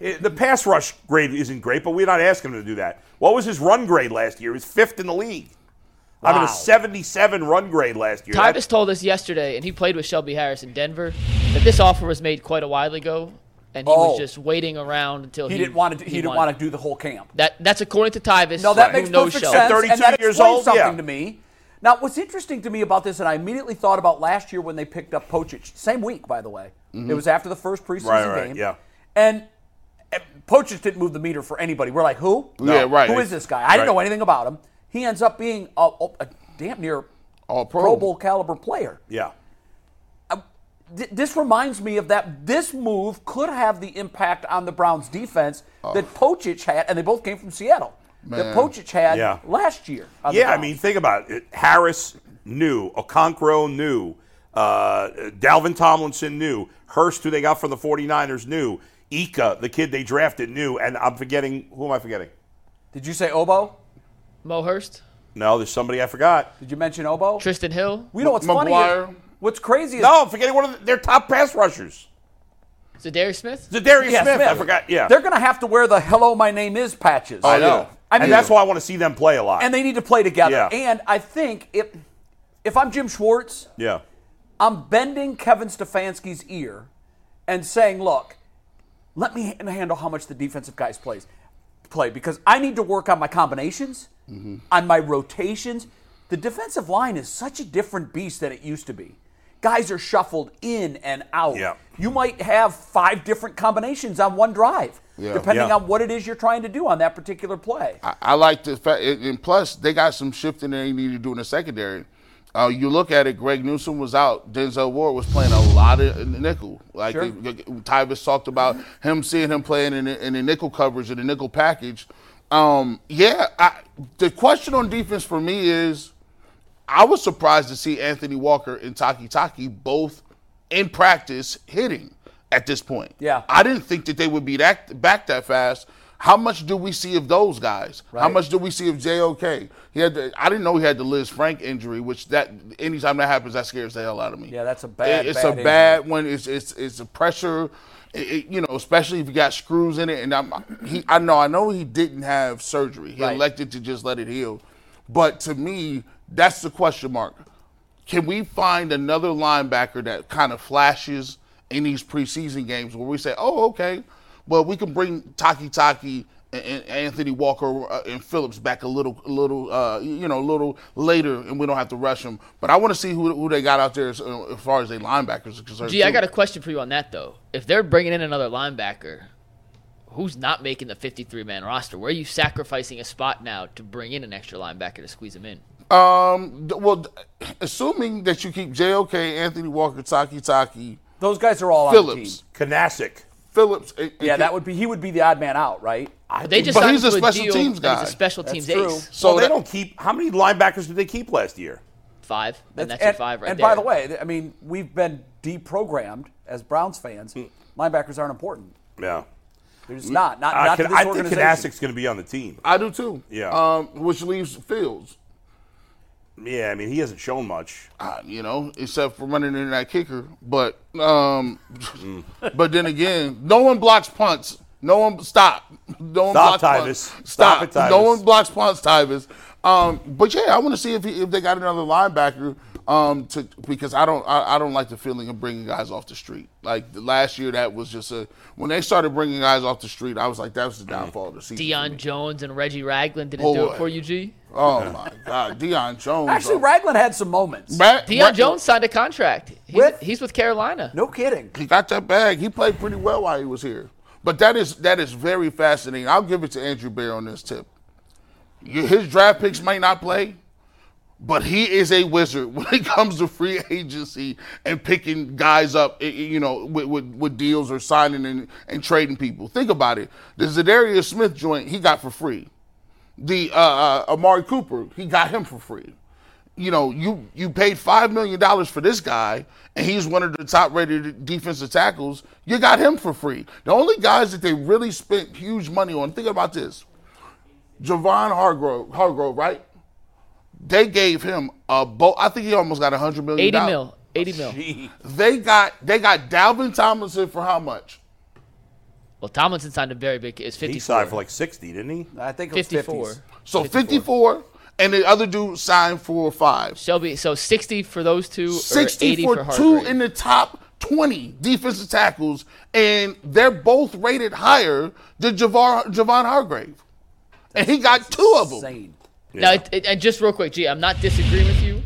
C: eh, the pass rush grade isn't great, but we're not asking him to do that. What was his run grade last year? He was fifth in the league. I mean,
D: Wow.
C: a 77 run grade last year.
F: Tyvus
C: That,
F: told us yesterday, and he played with Shelby Harris in Denver, that this offer was made quite a while ago, and he
D: Oh.
F: was just waiting around until
D: He,
F: he,
D: didn't want to. He, didn't
F: wanted-
D: want to do the whole camp.
F: That that's according to Tyvus.
D: No, that
F: who
D: makes
F: knows
D: perfect sense.
F: Shelby.
C: At
D: and that
C: 32 years
D: explains
C: old,
D: something
C: yeah.
D: to me. Now, what's interesting to me about this, and I immediately thought about last year when they picked up Pochich, same week, by the way. It was after the first preseason
C: Mm-hmm. Right, right,
D: game.
C: yeah.
D: And, and Pochich didn't move the meter for anybody. We're like, who?
E: Yeah, right.
D: Who is this guy? I didn't
C: Right.
D: know anything about him. He ends up being a, a damn near
E: All pro.
D: Pro Bowl caliber player.
C: yeah.
D: Th- this reminds me of that. This move could have the impact on the Browns' defense that Pochich had, and they both came from Seattle. That
E: Man.
D: Pochich had
C: Yeah.
D: last year. on the
C: Yeah, I
D: Browns.
C: mean, think about it. Harris knew. Okonkwo knew. Uh, Dalvin Tomlinson knew. Hurst, who they got from the 49ers, knew. Ika, the kid they drafted, knew. And I'm forgetting. Who am I forgetting?
D: Did you say oboe?
F: Mo Hurst,
C: No, there's somebody I forgot.
D: Did you mention oboe?
F: Tristan Hill.
D: We know what's funny.
E: McGuire.
D: Is, what's crazy is
C: No, Oh, I'm forgetting one of the- their top pass rushers.
F: Zadarius Smith.
C: Zadarius
D: Yeah,
C: Smith, I forgot. Yeah.
D: They're going to have to wear the "Hello, my name is" patches.
E: I know. Yeah.
D: I
C: and
D: mean,
C: that's why I want to see them play a lot.
D: and they need to play together.
C: Yeah.
D: And I think if if I'm Jim Schwartz,
C: yeah.
D: I'm bending Kevin Stefanski's ear and saying, "Look, let me ha- handle how much the defensive guys plays play because I need to work on my combinations,
C: Mm-hmm.
D: on my rotations. The defensive line is such a different beast than it used to be. Guys are shuffled in and out.
C: Yeah.
D: You might have five different combinations on one drive, depending
C: Yeah.
D: on what it is you're trying to do on that particular play.
E: I, I like the fact, and and plus they got some shifting they need to do in the secondary. Uh, you look at it, Greg Newsom was out. Denzel Ward was playing a lot of nickel. Like
D: Sure.
E: they- Tyvus talked about him seeing him playing in the, in the nickel coverage in the nickel package. Um, yeah, I, the question on defense for me is, I was surprised to see Anthony Walker and Taki Taki both in practice hitting at this point.
D: Yeah.
E: I didn't think that they would be that back that fast. How much do we see of those guys? How
D: Right.
E: much do we see of JOK? He had the, I didn't know he had the Liz Frank injury, which that anytime that happens, that scares the hell out of me.
D: Yeah, that's a bad,
E: It- it's
D: bad
E: a
D: injury.
E: bad one. It's it's it's a pressure. It- it- you know, especially if you got screws in it. And I'm he I know I know he didn't have surgery. He
D: Right.
E: elected to just let it heal. But to me, that's the question mark can we find another linebacker that kind of flashes in these preseason games where we say, oh, okay, well, we can bring Taki Taki and, and Anthony Walker uh, and Phillips back a little, a little, uh, you know, a little later, and we don't have to rush them. But I want to see who, who they got out there as, uh, as far as their linebackers are concerned.
F: Gee, I
E: too.
F: got a question for you on that though. If they're bringing in another linebacker, who's not making the 53 man roster? Where are you sacrificing a spot now to bring in an extra linebacker to squeeze him in?
E: Um, th- well, th- assuming that you keep JOK, Anthony Walker, Taki Taki,
D: Those guys are all on the team.
E: Phillips,
C: Kanasic.
E: Phillips. it- it
D: Yeah, that
E: can-
D: would be he would be the odd man out, right?
F: But they just
E: but
F: signed
E: he's a
F: him to
E: special
F: deal
E: teams
F: that
E: guy.
F: He's a special
D: That's
F: teams
D: true.
F: ace.
E: So
C: well, they
E: that-
C: don't keep. How many linebackers did they keep last year?
F: Five. and that's
D: and,
F: your five right
D: and
F: there.
D: by the way, th- I mean we've been deprogrammed as Browns fans.
C: Hmm.
D: Linebackers aren't important.
C: Yeah.
D: They're just not. Not,
C: Hmm. I,
D: not
C: Uh, can,
D: to this
C: I think
D: organization.
C: Kanasic's going to be on the team.
E: I do too.
C: Yeah.
E: Um, which leaves Fields,
C: Yeah, I mean, he hasn't shown much.
E: uh, you know, except for running in that kicker. But um,
C: Mm.
E: but then again, no one blocks punts. No one stop. No one
C: Stop,
E: blocks
C: Tyvus.
E: punts.
C: Stop
E: Stop.
C: it, Tyvus.
E: No one blocks punts, Tyvus. Um, but yeah, I want to see if he, if they got another linebacker. Um, to because I don't I, I don't like the feeling of bringing guys off the street. Like the last year, that was just a when they started bringing guys off the street, I was like, that was
C: Mm.
E: the downfall of the season. for
F: Deion
E: me.
F: Jones and Reggie Ragland didn't
E: Oh,
F: do
E: boy.
F: it for you, G.
E: Oh my God, Deion Jones.
D: Actually,
E: Oh.
D: Ragland had some moments.
E: Ra-
F: Deion
E: Ra-
F: Jones signed a contract. He's
D: With-
F: he's with Carolina.
D: No kidding.
E: he got that bag. He played pretty well while he was here. But that is that is very fascinating. I'll give it to Andrew Bear on this tip. You- His draft picks may not play, but he is a wizard when it comes to free agency and picking guys up, i- i- you know, with, with, with deals or signing and, and trading people. Think about it. The Zadarius Smith joint he got for free. The uh, uh, Amari Cooper he got him for free you know, you you paid five million dollars for this guy, and he's one of the top rated defensive tackles. You got him for free. The only guys that they really spent huge money on. Think about this: Javon Hargrove, Hargrove, right? They gave him a boat. I think he almost got a hundred million.
F: 80
E: dollars.
F: mil. 80 mil.
E: They got they got Dalvin Tomlinson for how much?
F: Well, Tomlinson signed a very big. It's
C: He
F: 54.
C: signed for like 60, didn't he?
D: I think it was
F: 54.
D: 50s.
E: So fifty four, and the other dude signed for five.
F: Shelby, so 60 for those two, or
E: 60
F: 80
E: for,
F: for,
E: two
F: Hargrave.
E: in the top 20 defensive tackles, and they're both rated higher than Javar, Javon Hargrave. and he got two of them.
D: Insane.
F: Now, it, it- and just real quick, G, I'm not disagreeing with you.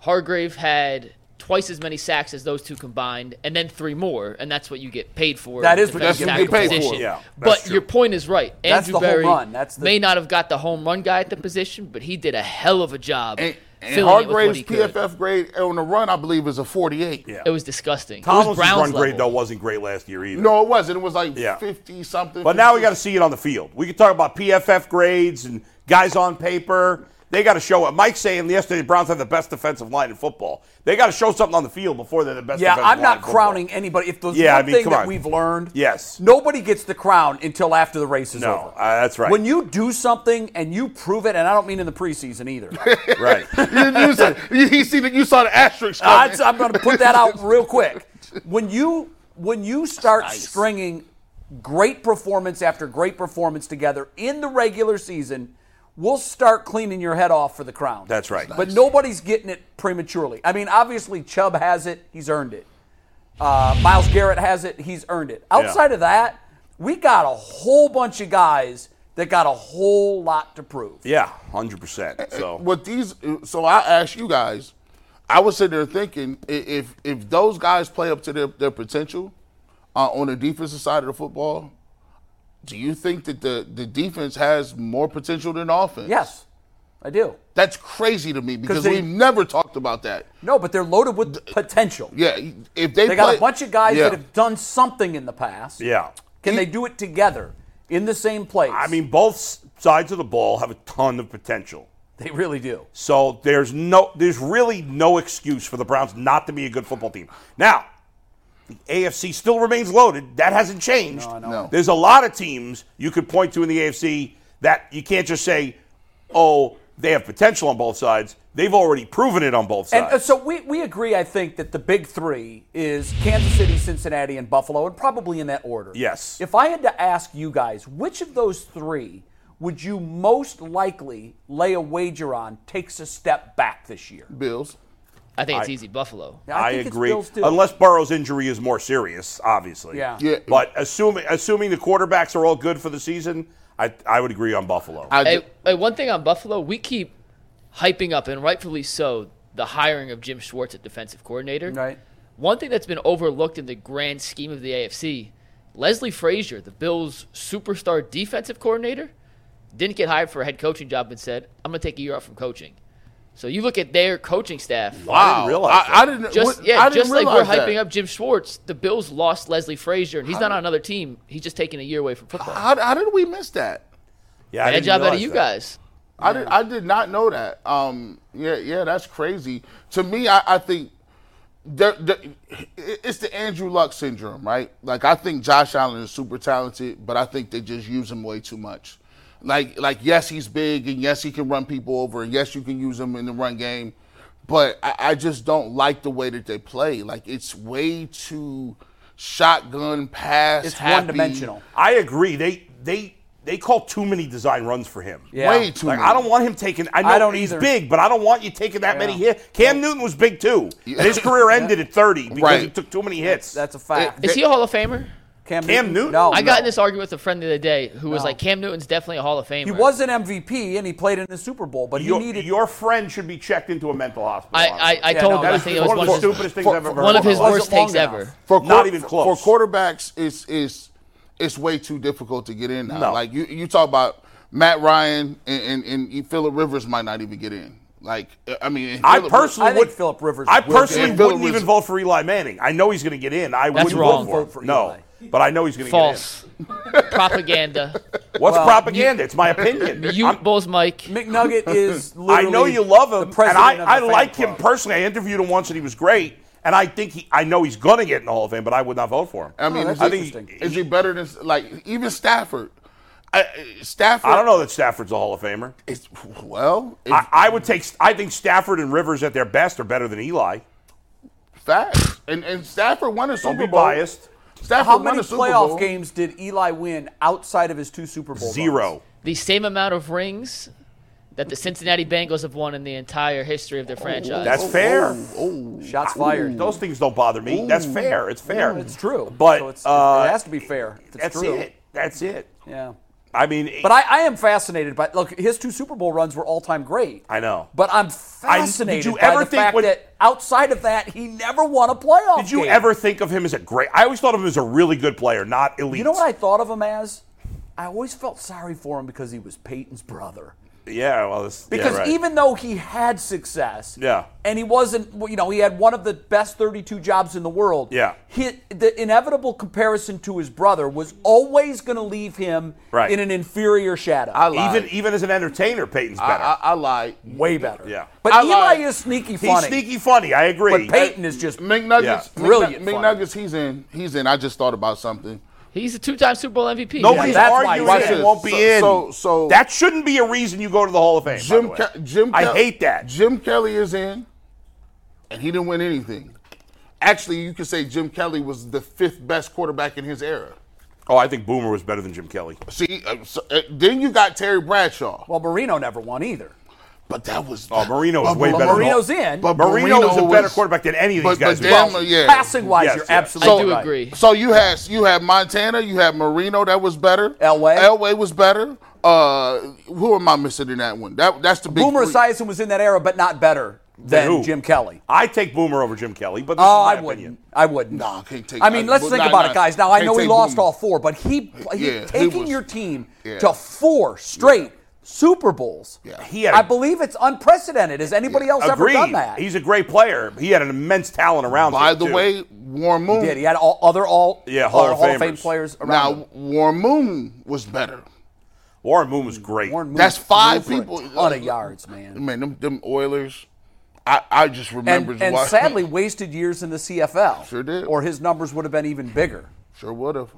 F: Hargrave had twice as many sacks as those two combined, and then three more, and that's what you get paid for.
D: That
F: in
D: is what you
F: defensive
E: get
F: tackle
E: paid for.
F: position.
C: Yeah, that's
F: but
C: true.
F: your point is right. Andrew
D: That's the home
F: Berry
D: run. That's the-
F: may not have got the home run guy at the position, but he did a hell of a job.
E: And, and
F: filling it with what
E: Hargrave's
F: he could.
E: PFF grade on the run, I believe, is a 48.
C: Yeah.
F: It was disgusting. it was
C: Tomlinson's
F: Browns
C: run grade,
F: level.
C: though, wasn't great last year either.
E: No, it wasn't. It was like
C: Yeah.
E: 50 something.
C: But now we got to
E: 56.
C: see it on the field. We can talk about PFF grades and guys on paper. They got to show it. Mike's saying yesterday the Browns have the best defensive line in football. They got to show something on the field before they're the best.
D: Yeah,
C: defensive
D: I'm
C: line in
D: not
C: football.
D: crowning anybody. If there's
C: Yeah, I
D: one
C: mean,
D: thing
C: come
D: that
C: on.
D: we've learned,
C: Yes.
D: nobody gets the crown until after the race is
C: No,
D: over.
C: uh, that's right.
D: When you do something and you prove it, and I don't mean in the preseason either.
C: Right.
E: you, you, said, you, he seen it, you saw the asterisk.
D: I,
E: coming.
D: I'm going to put that out real quick. When you when you start stringing great performance after great performance together in the regular season, we'll start cleaning your head off for the crown.
C: That's right.
D: But nobody's getting it prematurely. I mean, obviously Chubb has it; he's earned it. Uh, Miles Garrett has it; he's earned it. Outside of that, we got a whole bunch of guys that got a whole lot to prove.
C: yeah, hundred percent. So
E: What these? So I asked you guys. I was sitting there thinking i- if if those guys play up to their, their potential uh, on the defensive side of the football, do you think that the the defense has more potential than offense?
D: Yes, I do.
E: That's crazy to me because
D: they-
E: we've never talked about that.
D: No, but they're loaded with potential.
E: Yeah, if they
D: They got
E: play-
D: a bunch of guys
E: Yeah.
D: that have done something in the past.
C: yeah,
D: Can they do it together in the same place?
C: I mean, both s- sides of the ball have a ton of potential.
D: they really do.
C: So there's no, there's really no excuse for the Browns not to be a good football team. Now, the AFC still remains loaded. That hasn't changed.
E: No.
C: There's a lot of teams you could point to in the AFC that you can't just say, oh, they have potential on both sides. They've already proven it on both
D: And
C: sides.
D: uh, so we, we agree, I think, that the big three is Kansas City, Cincinnati, and Buffalo, and probably in that order.
C: Yes.
D: If I had to ask you guys, which of those three would you most likely lay a wager on takes a step back this year?
E: Bills.
F: I think it's easy. Buffalo.
D: Yeah,
C: I,
D: think it's
C: agree.
D: Bills, too.
C: Unless Burrow's injury is more serious, obviously.
D: Yeah.
E: Yeah,
C: But assuming assuming the quarterbacks are all good for the season, I I would agree on Buffalo.
E: I,
F: Hey, hey, one thing on Buffalo, we keep hyping up, and rightfully so, the hiring of Jim Schwartz at defensive coordinator.
D: Right.
F: One thing that's been overlooked in the grand scheme of the AFC Leslie Frazier, the Bills' superstar defensive coordinator, didn't get hired for a head coaching job and said, "I'm going to take a year off from coaching." So you look at their coaching staff.
C: I didn't realize
E: I, I didn't.
F: Just
E: what-
F: yeah,
E: I didn't
F: just like we're
E: realize that.
F: hyping up Jim Schwartz, the Bills lost Leslie Frazier, and he's not on another team. He's just taking a year away from football.
E: How, how did we miss that?
C: Yeah, I
F: Bad
C: didn't
F: job out of
C: realize
F: you
C: that.
F: guys.
E: I did. I did not know that. Um. Yeah. Yeah. That's crazy. To me, I, I think there, there, it- it's the Andrew Luck syndrome, right? Like I think Josh Allen is super talented, but I think they just use him way too much. Like, like yes, he's big, and yes, he can run people over, and yes, you can use him in the run game, but I, I just don't like the way that they play. Like it's way too shotgun pass.
D: It's
E: happy.
D: one-dimensional.
C: I agree. They they they call too many design runs for him.
D: Yeah.
E: Way too.
C: Like
E: many.
C: I don't want him taking. I know
D: I don't
C: he's
D: either.
C: big, but I don't want you taking that many hits. Cam Newton was big too, and his career ended at 30 because he
E: Right.
C: took too many hits.
D: That's a fact.
F: Is he a Hall of Famer?
D: Cam,
C: Newton?
D: No,
F: I got in
D: no.
F: this argument with a friend the other day who was
D: No.
F: like, Cam Newton's definitely a Hall of Famer.
D: He was an MVP and he played in the Super Bowl, but
C: your,
D: he needed
C: your friend should be checked into a mental hospital.
F: I,
C: honestly.
F: I, I
D: Yeah,
F: told
D: no,
F: him
C: that
F: I
C: is
F: think it
C: one
F: was
C: of
F: one,
C: the
F: of his-
C: stupidest things
D: for-
C: I've ever
D: for-
C: heard.
F: one of his
C: in my life.
D: Wasn't
F: worst
D: long
F: takes
D: enough.
F: ever.
E: for
C: Not
E: quar-
C: even close.
E: for quarterbacks. It's it's it's way too difficult to get in now.
C: No.
E: Like you you talk about Matt Ryan and and, and Philip Rivers might not even get in. Like I mean, and
C: I
E: Philip-
C: personally
D: I think
C: would.
D: Philip Rivers will
C: I
D: get in.
C: personally
E: Yeah, Philip
C: wouldn't even
E: Rivers-
C: vote for Eli Manning. I know he's going to get in. I wouldn't
F: wrong.
C: vote for, him.
D: Vote for
C: no, but I know he's going to
F: False. Propaganda.
C: get in. What's propaganda? it's my opinion.
F: You,
C: I'm-
F: Bulls Mike.
D: McNugget is
C: I
D: literally
C: know you love him,
D: the
C: and
D: president
C: I,
D: of the
C: I
D: fan
C: like him
D: club.
C: personally. I interviewed him once, and he was great. And I think he, I know he's going to get in the Hall of Fame, but I would not vote for him.
E: I mean,
D: Oh,
E: is,
D: that's
E: he,
D: interesting.
E: is he better than like even Stafford? I, Stafford.
C: I don't know that Stafford's a Hall of Famer.
E: It's, well, it's
C: I, I would take. I think Stafford and Rivers at their best are better than Eli.
E: facts. And and Stafford won a Super
C: Don't be
E: Bowl.
C: biased.
E: Stafford
D: How
E: won
D: many
E: a Super Bowl.
D: playoff games did Eli win outside of his two Super Bowl? runs?
C: Zero.
F: The same amount of rings that the Cincinnati Bengals have won in the entire history of their franchise.
C: Oh,
E: Oh,
C: That's fair.
D: Shots fired.
C: Those things don't bother me. That's fair. It's fair.
D: it's true.
C: But
D: So it's,
C: uh,
D: it has to be fair. If it's
C: that's
D: true.
C: it. That's it.
D: Yeah.
C: I mean,
D: But I, I am fascinated by look, his two Super Bowl runs were all time great.
C: I know.
D: But I'm
C: I- did you
D: fascinated by
C: ever
D: the
C: think
D: fact
C: when-
D: that outside of that he never won a playoff.
C: Did you
D: game.
C: ever think of him as a great? I always thought of him as a really good player, not elite.
D: You know what I thought of him as? I always felt sorry for him because he was Peyton's brother.
C: Yeah. Well, this, yeah,
D: Because
C: right.
D: even though he had success,
C: Yeah.
D: and he wasn't, well, you know, he had one of the best 32 jobs in the world.
C: Yeah.
D: he, the inevitable comparison to his brother was always going to leave him
C: Right.
D: in an inferior shadow.
E: I lied.
C: even even as an entertainer, Peyton's
E: I,
C: better.
E: I, I lied.
D: Way better.
C: Yeah.
D: but
E: I
D: Eli
E: lied.
D: is sneaky
C: He's
D: funny.
C: sneaky funny. I agree.
D: but Peyton is just
E: McNuggets,
C: Yeah.
E: McNug-
D: Brilliant fun.
E: McNuggets. He's in. He's in. I just thought about something.
F: He's a two time Super Bowl MVP.
C: Nobody's
D: Yeah, that's why
C: arguing
D: he's
C: that
D: in.
C: he won't be
E: So-
C: in.
E: so- so-
C: that shouldn't be a reason you go to the Hall of Fame. by the
E: Jim,
C: way.
E: Ke- Jim,
C: I
E: Kel-
C: hate that.
E: Jim Kelly is in, and he didn't win anything. Actually, you could say Jim Kelly was the fifth best quarterback in his era.
C: Oh, I think Boomer was better than Jim Kelly.
E: See, uh, so, uh, then you got Terry Bradshaw,
D: well. Marino never won either.
E: but that was
C: Oh, Marino was
E: but
C: way
E: Mar-
C: better. than
D: Marino's
C: all-
D: in.
E: But
C: Marino, is a better
E: was-
C: quarterback than any of these
E: But,
C: guys.
E: but
C: who
E: damn,
C: lost.
E: uh, yeah.
D: Passing wise,
C: Yes,
D: you're
C: yes.
D: absolutely
F: I do
D: right.
F: agree.
E: So you had you had Montana, you had Marino, that was better.
D: Elway.
E: Elway was better. Uh, who am I missing in that one? That that's the big.
D: Boomer
E: three.
D: Esiason was in that era, but not better than
C: who?
D: Jim Kelly.
C: I take Boomer over Jim Kelly, but this
D: Oh,
C: is
D: I
C: my
D: wouldn't.
C: opinion.
D: I wouldn't.
E: Nah, can't take-
D: I mean,
E: I-
D: let's
E: well,
D: think
E: nah,
D: about
E: nah,
D: it, guys. Now I
E: can't
D: know he
E: take
D: lost
E: Boomer.
D: all four, but he, he
E: Yeah, he
D: taking
E: was-
D: your team
E: yeah.
D: to four straight Super Bowls.
E: Yeah.
C: He had a-
D: I believe it's unprecedented. Has anybody else
C: Agreed.
D: ever done that?
C: He's a great player. He had an immense talent around
E: By
C: him.
E: the
C: too.
E: way, Warren Moon.
D: He did. He had all other all
C: Yeah, Hall
D: other
C: of
D: Hall of Fame
C: Famers.
D: players around. him.
E: Now Warren Moon was better.
C: Warren Moon was great.
D: Warren Moon
E: That's
D: threw
E: five
D: for a
E: people.
D: ton of yards, man.
E: Man, them, them Oilers. I, I just
D: And,
E: remember.
D: and sadly, wasted years in the CFL.
E: Sure did.
D: Or his numbers would have been even bigger.
E: sure would have.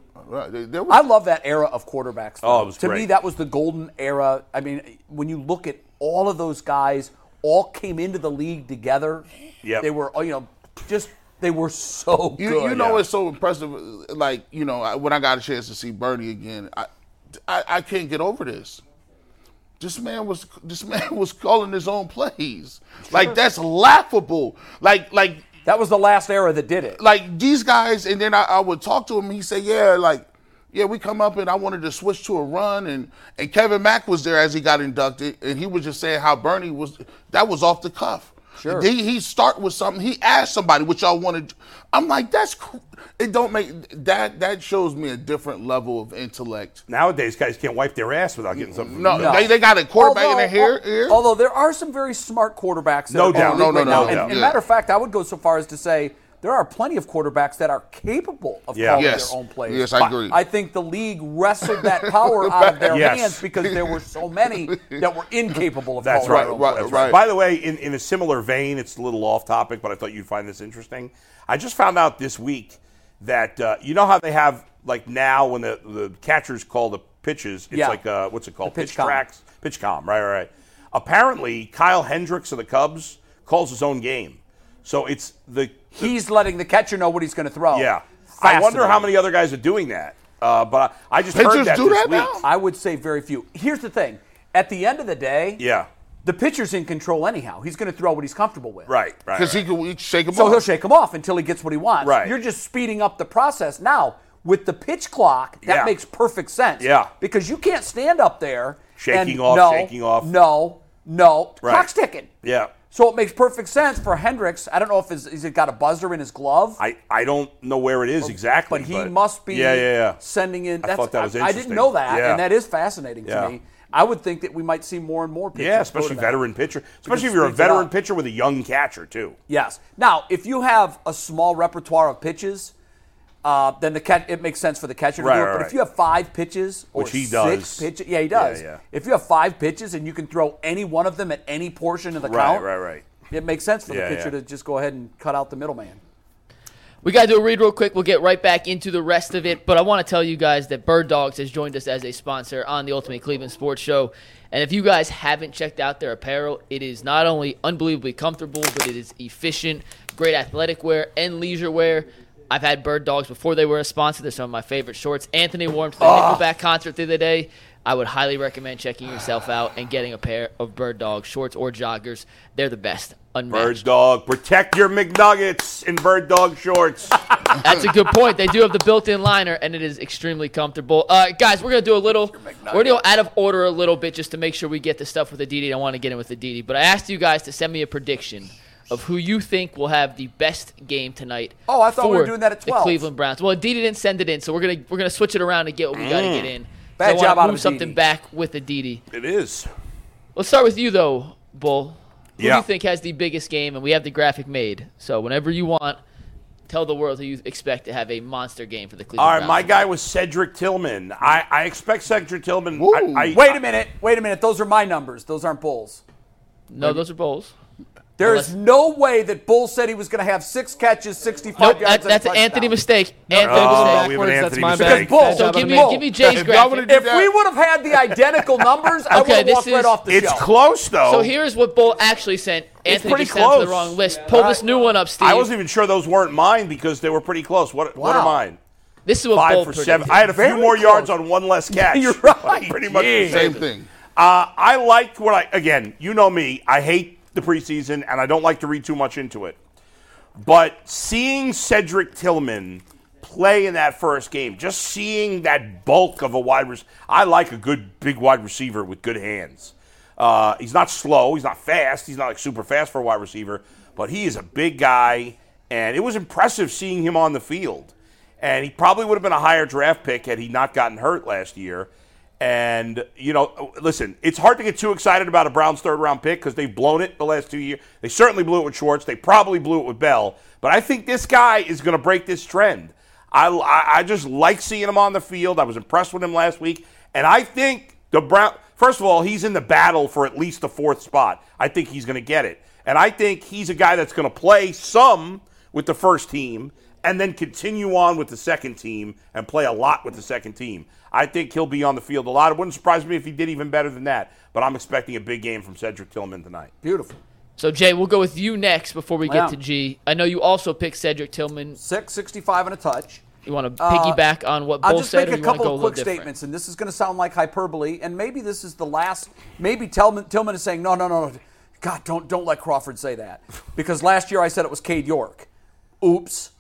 E: There was,
D: I love that era of quarterbacks. though.
C: Oh, it was
D: to me,
C: great.
D: that was the golden era. I mean, when you look at all of those guys, all came into the league together.
C: Yep.
D: they were, oh, you know, just they were so
E: you,
D: good.
E: you know, it's so impressive. Like you know, I, when I got a chance to see Bernie again, I, I I can't get over this. This man was this man was calling his own plays. Like that's laughable. Like like
D: that was the last era that did it.
E: like these guys, and then I, I would talk to him. And he'd say, "Yeah, like, yeah, we come up and I wanted to switch to a run, and and Kevin Mack was there as he got inducted, and he was just saying how Bernie was that was off the cuff.
D: Sure.
E: He, he start with something. He asked somebody what y'all want to. I'm like, that's cr- it. Don't make that. That shows me a different level of intellect.
C: Nowadays, guys can't wipe their ass without getting something. From
E: No,
C: the-
E: They, they got a quarterback in their hair. ear.
D: Although there are some very smart quarterbacks. that
C: No
D: are
C: doubt.
D: in the league
E: No,
D: right
E: no, no,
D: now.
E: no
D: and,
E: doubt.
D: and
E: Yeah.
D: matter of fact, I would go so far as to say there are plenty of quarterbacks that are capable of
C: Yeah.
D: calling
E: Yes.
D: their own plays.
E: Yes, I
D: But
E: agree.
D: I think the league wrestled that power out of their
C: Yes.
D: hands because there were so many that were incapable of
C: That's
D: calling
C: right.
D: their own
E: right,
D: plays.
E: right.
C: By the way, in, in a similar vein, it's a little off topic, but I thought you'd find this interesting. I just found out this week that uh, you know how they have like now when the, the catchers call the pitches, it's
D: Yeah.
C: like uh, what's it called?
D: The pitch com.
C: tracks, pitch com. Right, right, right. Apparently, Kyle Hendricks of the Cubs calls his own game, so it's the
D: He's letting the catcher know what he's going to
E: Oh,
D: throw.
C: yeah. I wonder how
D: Fascinating.
C: many other guys are doing that. Uh, but I, I just heard
E: Pitchers
C: that
E: do
C: this
E: that
C: week.
E: now?
D: I would say very few. Here's the thing. At the end of the day,
C: Yeah,
D: the pitcher's in control anyhow. He's going to throw what he's comfortable with.
C: right, right.
E: because
C: right.
E: he could shake him
D: So
E: off.
D: he'll shake him off until he gets what he wants.
C: Right.
D: You're just speeding up the process. Now, with the pitch clock, that
C: Yeah.
D: makes perfect sense.
C: Yeah.
D: Because you can't stand up there
C: Shaking
D: and
C: off,
D: no,
C: shaking off.
D: No, no.
C: Right.
D: Clock's ticking.
C: yeah.
D: So it makes perfect sense for Hendricks. I don't know if his, he's got a buzzer in his glove,
C: I, I don't know where it is exactly,
D: but he must be
C: Yeah, yeah, yeah.
D: sending in.
C: I
D: That's,
C: thought that was
D: I
C: interesting.
D: didn't know that,
C: Yeah.
D: and that is fascinating
C: Yeah.
D: to me. I would think that we might see more and more pitchers.
C: Yeah,
D: go to
C: especially
D: that.
C: veteran pitcher. Especially if
D: can
C: you're a
D: speed it
C: veteran
D: up.
C: pitcher with a young catcher too.
D: Yes. Now, if you have a small repertoire of pitches, uh, then the catch it makes sense for the catcher to
C: Right,
D: do it.
C: right,
D: but
C: right.
D: if you have five pitches or
C: Which he does.
D: six pitches, yeah, he does.
C: Yeah, yeah.
D: If you have five pitches and you can throw any one of them at any portion of the
C: Right,
D: count,
C: right, right.
D: it makes sense for
C: Yeah,
D: the pitcher
C: yeah.
D: to just go ahead and cut out the middleman.
F: We got to do a read real quick. We'll get right back into the rest of it. But I want to tell you guys that Bird Dogs has joined us as a sponsor on the Ultimate Cleveland Sports Show. And if you guys haven't checked out their apparel, it is not only unbelievably comfortable, but it is efficient, great athletic wear and leisure wear. I've had Bird Dogs before they were a sponsor. They're some of my favorite shorts. Anthony wore them to the Nickelback concert the other day. I would highly recommend checking yourself out and getting a pair of Bird Dog shorts or joggers. They're the best. Unmatched.
C: Bird dog, protect your McNuggets in bird dog shorts.
F: That's a good point. They do have the built-in liner, and it is extremely comfortable. Uh, guys, we're gonna do a little, we're gonna go out of order a little bit just to make sure we get the stuff with the DD. I want to get in with the DD, but I asked you guys to send me a prediction of who you think will have the best game tonight.
D: Oh, I thought we were
F: for
D: doing that at
F: the
D: 12.
F: Cleveland Browns. Well, DD didn't send it in, so we're gonna we're gonna switch it around and get what we gotta get in. 'Cause
D: Mm. Bad
F: I wanna
D: job out of
F: move something
D: DD.
F: back with the DD.
C: it is.
F: Let's start with you though, Bull. Who do
C: Yeah.
F: you think has the biggest game? And we have the graphic made, so whenever you want, tell the world who you expect to have a monster game for the Cleveland.
C: All right,
F: Browns.
C: my guy was Cedric Tillman. I, I expect Cedric Tillman. I,
E: Ooh.
C: I-
D: Wait a minute. Wait a minute. Those are my numbers. Those aren't Bulls.
F: No, those are bowls.
D: There is no way that Bull said he was going to have six catches, 65 yards.
F: Nope, that,
D: and a
F: that's an Anthony
D: touchdown.
F: mistake.
H: Oh,
F: Anthony
C: we
F: mistake.
C: have
H: backwards, that's
C: an Anthony
H: my
C: mistake.
H: bad.
D: Because Bull-
H: Bad job
F: So
D: have an
F: give
H: on
F: me,
H: me.
D: Bull.
F: give me Jay's
E: If y'all
F: graphic.
E: would've-
D: If we would have had the identical numbers, I would
F: Okay,
D: have
F: this
D: walked right
F: is-
D: off the
C: It's
D: show.
C: close though.
F: So here's what Bull actually sent. Anthony
C: pretty
F: just sent it to
C: close.
F: the wrong list. Pull this new one up, Steve.
C: I wasn't even sure those weren't mine because they were pretty close. What what
D: Wow.
C: are mine?
F: this is what
C: Five
F: Bull
C: for
F: predicted.
C: seven. I had a few
D: Very
C: more
D: close.
C: yards on one less catch.
D: You're right.
C: pretty much the
D: Yeah.
E: Same thing.
C: Uh, I liked what I, again, you know me, I hate the preseason and I don't like to read too much into it. But seeing Cedric Tillman play in that first game, just seeing that bulk of a wide receiver, I like a good big wide receiver with good hands. Uh, he's not slow, he's not fast, he's not like super fast for a wide receiver, but he is a big guy, and it was impressive seeing him on the field. And he probably would have been a higher draft pick had he not gotten hurt last year. And you know, listen, it's hard to get too excited about a Browns third round pick because they've blown it the last two years. They certainly blew it with Schwartz. They probably blew it with Bell. But I think this guy is going to break this trend. I, I, I just like seeing him on the field. I was impressed with him last week, and I think the Brown. First of all, he's in the battle for at least the fourth spot. I think he's going to get it, and I think he's a guy that's going to play some with the first team and then continue on with the second team and play a lot with the second team. I think he'll be on the field a lot. It wouldn't surprise me if he did even better than that, but I'm expecting a big game from Cedric Tillman tonight.
D: Beautiful.
F: So Jay, we'll go with you next before we
D: Yeah.
F: get to G. I know you also picked Cedric Tillman.
D: Six, 65 and a touch.
F: You want to
D: Uh,
F: piggyback on what
D: I'll
F: Bull
D: just make
F: said, or
D: a
F: you want to
D: couple
F: go a
D: of
F: little
D: quick
F: different?
D: statements, and this is going to sound like hyperbole, and maybe this is the last. Maybe Tillman, Tillman is saying, no, no, no, no, God, don't don't let Crawford say that, because last year I said it was Cade York. Oops.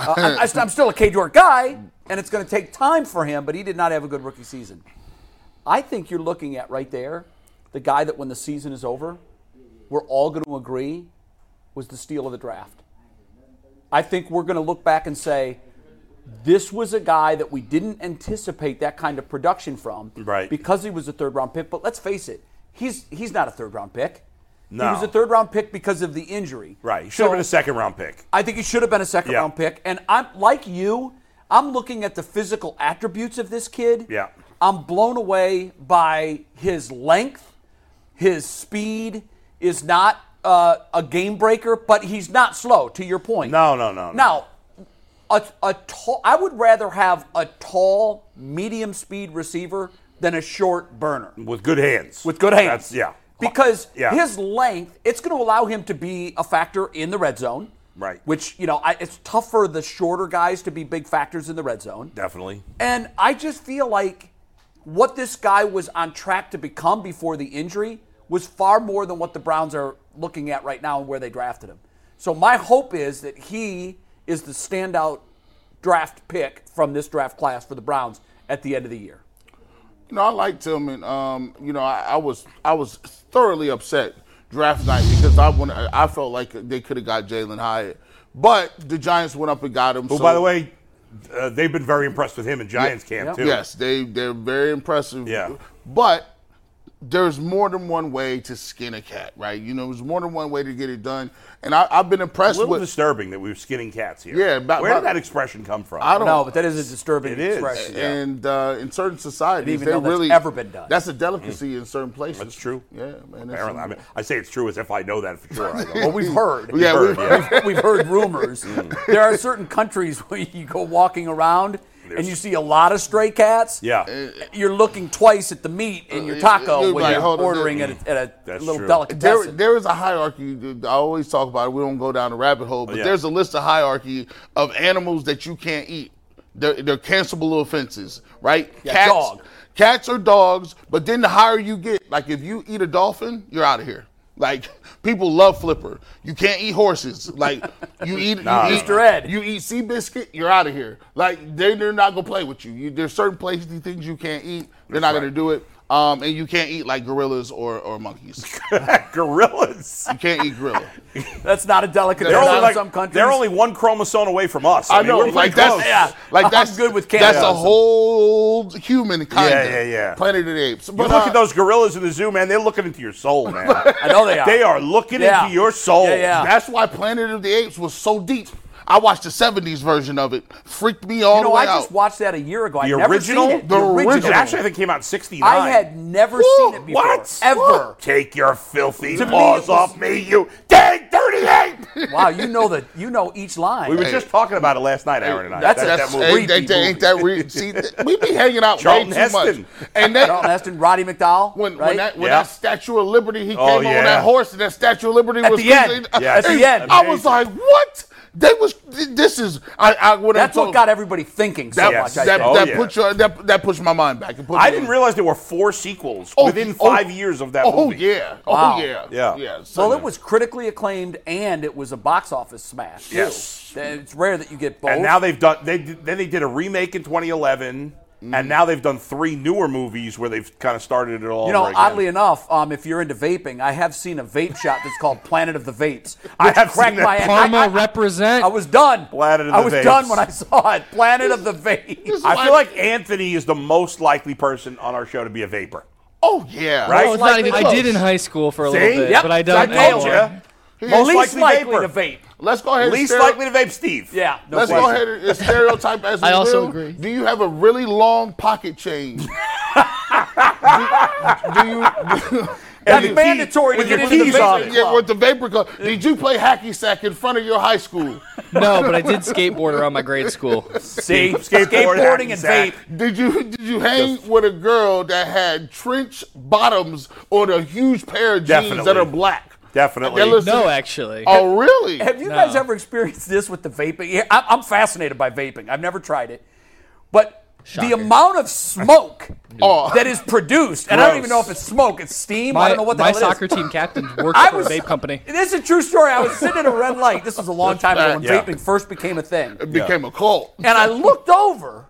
D: Uh, I, I, am still a Cade York guy, and it's going to take time for him, but he did not have a good rookie season. I think you're looking at right there the guy that when the season is over, we're all going to agree was the steal of the draft. I think we're going to look back and say, this was a guy that we didn't anticipate that kind of production from,
C: Right.
D: Because he was a third round pick. But let's face it, he's he's not a third round pick.
C: No.
D: He was a third round pick because of the injury.
C: Right. He should have
D: So-
C: been a second round pick.
D: I think he should have been a second
C: Yeah.
D: round pick. And I'm like you, I'm looking at the physical attributes of this kid.
C: Yeah.
D: I'm blown away by his length. His speed is not uh, a game breaker, but he's not slow. To your point.
C: No, no, no, no.
D: Now, a, a tall. I would rather have a tall, medium speed receiver than a short burner
C: With good hands.
D: with good hands.
C: That's, yeah.
D: Because
C: Yeah.
D: his length, it's going to allow him to be a factor in the red zone.
C: Right.
D: Which, you know, I, it's tough for the shorter guys to be big factors in the red zone.
C: Definitely.
D: And I just feel like what this guy was on track to become before the injury was far more than what the Browns are looking at right now and where they drafted him. So my hope is that he is the standout draft pick from this draft class for the Browns at the end of the year.
E: You know, I liked him, and um, you know, I, I was I was thoroughly upset draft night because I want I felt like they could have got Jalen Hyatt, but the Giants went up and got him.
C: Who,
E: so-
C: Oh, by the way, uh, they've been very impressed with him in Giants camp, too.
E: Yes, they they're very impressive.
C: Yeah.
E: But there's more than one way to skin a cat, right? You know, there's more than one way to get it done. And I, I've been
C: A
E: impressed
C: little
E: with.
C: disturbing that we were skinning cats here.
E: Yeah, about-
C: Where
E: about-
C: did that expression come from?
E: I don't
D: No, but that is a disturbing
C: Oh, It is.
D: expression.
C: Yeah.
E: And uh, in certain societies,
D: Didn't even
E: they
D: know that's
E: really
D: ever been done.
E: That's a delicacy in certain places.
C: Mm-hmm. That's true.
E: Yeah, man. that's-
C: Apparently, I, mean, I say it's true as if I know that for sure. I don't.
D: Well, we've heard.
E: Yeah,
C: Bird,
E: we-
C: yeah.
D: We've heard rumors. there are certain countries where you go walking around and you see a lot of stray cats.
C: yeah.
D: You're looking twice at the meat in your taco
E: You're
D: when
E: like,
D: you're
E: hold on,
D: ordering
E: this-
D: at a, at a
C: That's
D: little
C: true.
E: There,
D: delicatessen.
E: there is a hierarchy. dude, I always talk about it. We don't go down a rabbit hole, but
C: Yeah.
E: there's a list of hierarchy of animals that you can't eat. They're, they're cancelable offenses, right?
D: Yeah,
E: cats,
D: dog.
E: cats are dogs, but then the higher you get, like if you eat a dolphin, you're out of here. Like people love flipper. You can't eat horses. Like you eat,
C: Nah.
E: you eat
D: Mr. Ed.
E: You eat sea biscuit, you're out of here. Like they, they're not gonna play with you. you there's certain places things you can't eat. They're not gonna do it. Um, and you can't eat like gorillas or, or monkeys.
C: Gorillas.
E: You can't eat gorilla.
D: That's not a delicatessen
C: They're only,
D: in
C: like,
D: some countries.
C: they're only one chromosome away from us. I, mean, we're
E: like
C: pretty
E: that's
C: close.
D: Yeah.
E: like
D: I'm
E: that's
D: good with
E: That's a
D: cannibalism.
E: whole human kind.
C: Yeah, yeah, yeah.
E: Planet of the Apes.
C: You
E: But,
C: look
E: uh,
C: at those gorillas in the zoo, man. They're looking into your soul, man.
D: I know they are.
C: They are looking
D: Yeah.
C: into your soul.
D: Yeah, yeah.
E: That's why Planet of the Apes was so deep. I watched the '70s version of it. Freaked me all
D: You know,
E: the way
D: I just
E: out.
D: watched that a year ago.
C: The
D: I'd never
C: original?
D: seen it.
E: The original.
C: It actually, I think came out in '69.
D: I had never seen it before.
C: What?
D: Ever.
C: What? Take your filthy
D: To me, it
C: paws
D: was-
C: off me, you dang dirty ape!
D: Wow, you know the you know each line.
C: we were just talking about it last night, Aaron and I.
D: That's a-
C: that,
E: That's
C: that movie.
E: ain't, ain't, that- ain't that re- see, th- we be hanging out
C: Charlton
E: way too
C: Heston.
E: much. And that,
D: Charlton Heston, Roddy McDowell.
E: when,
D: right?
E: when that when
C: Yeah.
E: that Statue of Liberty, he
C: Oh,
E: came on
C: yeah.
E: that horse, and that Statue of Liberty
D: At
E: was
D: the end.
C: Yes.
D: At the end.
E: I was like, what? They was th- this is I, I when I
D: That's what
E: told-
D: got everybody thinking so
E: that,
D: much. I
E: that,
D: think.
C: Oh,
E: that
C: yeah.
E: put your that, that pushed my mind back. It put
C: I
E: me-
C: didn't realize there were four sequels
E: Oh,
C: within
E: oh,
C: five years of that
E: Oh
C: movie.
E: yeah. Oh
D: Wow.
E: yeah.
C: Yeah.
E: Yeah.
D: Well, it was critically acclaimed and it was a box office smash. too.
C: Yes.
D: Th- It's rare that you get both.
C: And now they've done. They did- then they did a remake in 2011,
D: Mm.
C: and now they've done three newer movies where they've kind of started it all.
D: you know,
C: over again.
D: oddly enough, um, if you're into vaping, I have seen a vape shop that's called Planet of the Vapes.
C: I
D: which
C: have seen
D: cracked
C: that.
D: my head. I-
H: Karma
D: I,
H: represent.
D: I was done.
C: Planet of
D: I
C: the
D: was
C: Vapes.
D: done when I saw it. Planet of the Vapes.
C: I feel like Anthony is the most likely person on our show to be a vapor.
E: Oh yeah.
C: Right?
F: No, it's not even
H: I
F: close.
H: did in high school for a
C: See?
H: little bit,
C: Yep,
H: but I
C: I
H: don't.
C: told
H: anymore.
C: you. Most
D: Least likely
C: vapor.
D: to vape.
E: Let's go ahead.
C: Least
E: and stereo-
C: likely to vape Steve.
D: Yeah. No
E: Let's
D: question.
E: go ahead and stereotype as we
F: I also
E: will.
F: agree.
E: Do you have a really long pocket change? do, do you?
D: That's
C: With the
D: mandatory
C: key-
D: to
C: with
D: get
C: the
D: into the
C: keys on
D: vaping
C: it.
E: Yeah,
D: club.
E: with the vapor club. Did you play hacky sack in front of your high school?
H: No, but I did skateboard around my grade school.
D: See,
C: Skateboard,
D: skateboarding and vape.
C: hacky sack.
E: Did you did you hang with a girl that had trench bottoms on a huge pair of jeans that
C: Definitely.
E: are black?
C: Definitely.
E: That looks-
H: No, actually.
E: Oh really?
D: Have you guys ever experienced this with the vaping? Yeah, I- I'm fascinated by vaping. I've never tried it, but the amount of smoke
E: Oh.
D: that is produced, and I don't
C: Gross.
D: even know if it's smoke, it's steam. I
H: My,
D: don't know what the
H: my
D: hell it is.
H: soccer team captain worked
D: I
H: for
D: was-
H: a vape company.
D: This is a true story. I was sitting at a red light. This was a long time ago when
C: Yeah.
D: vaping first became a thing,
E: It became a cult.
D: and I looked over,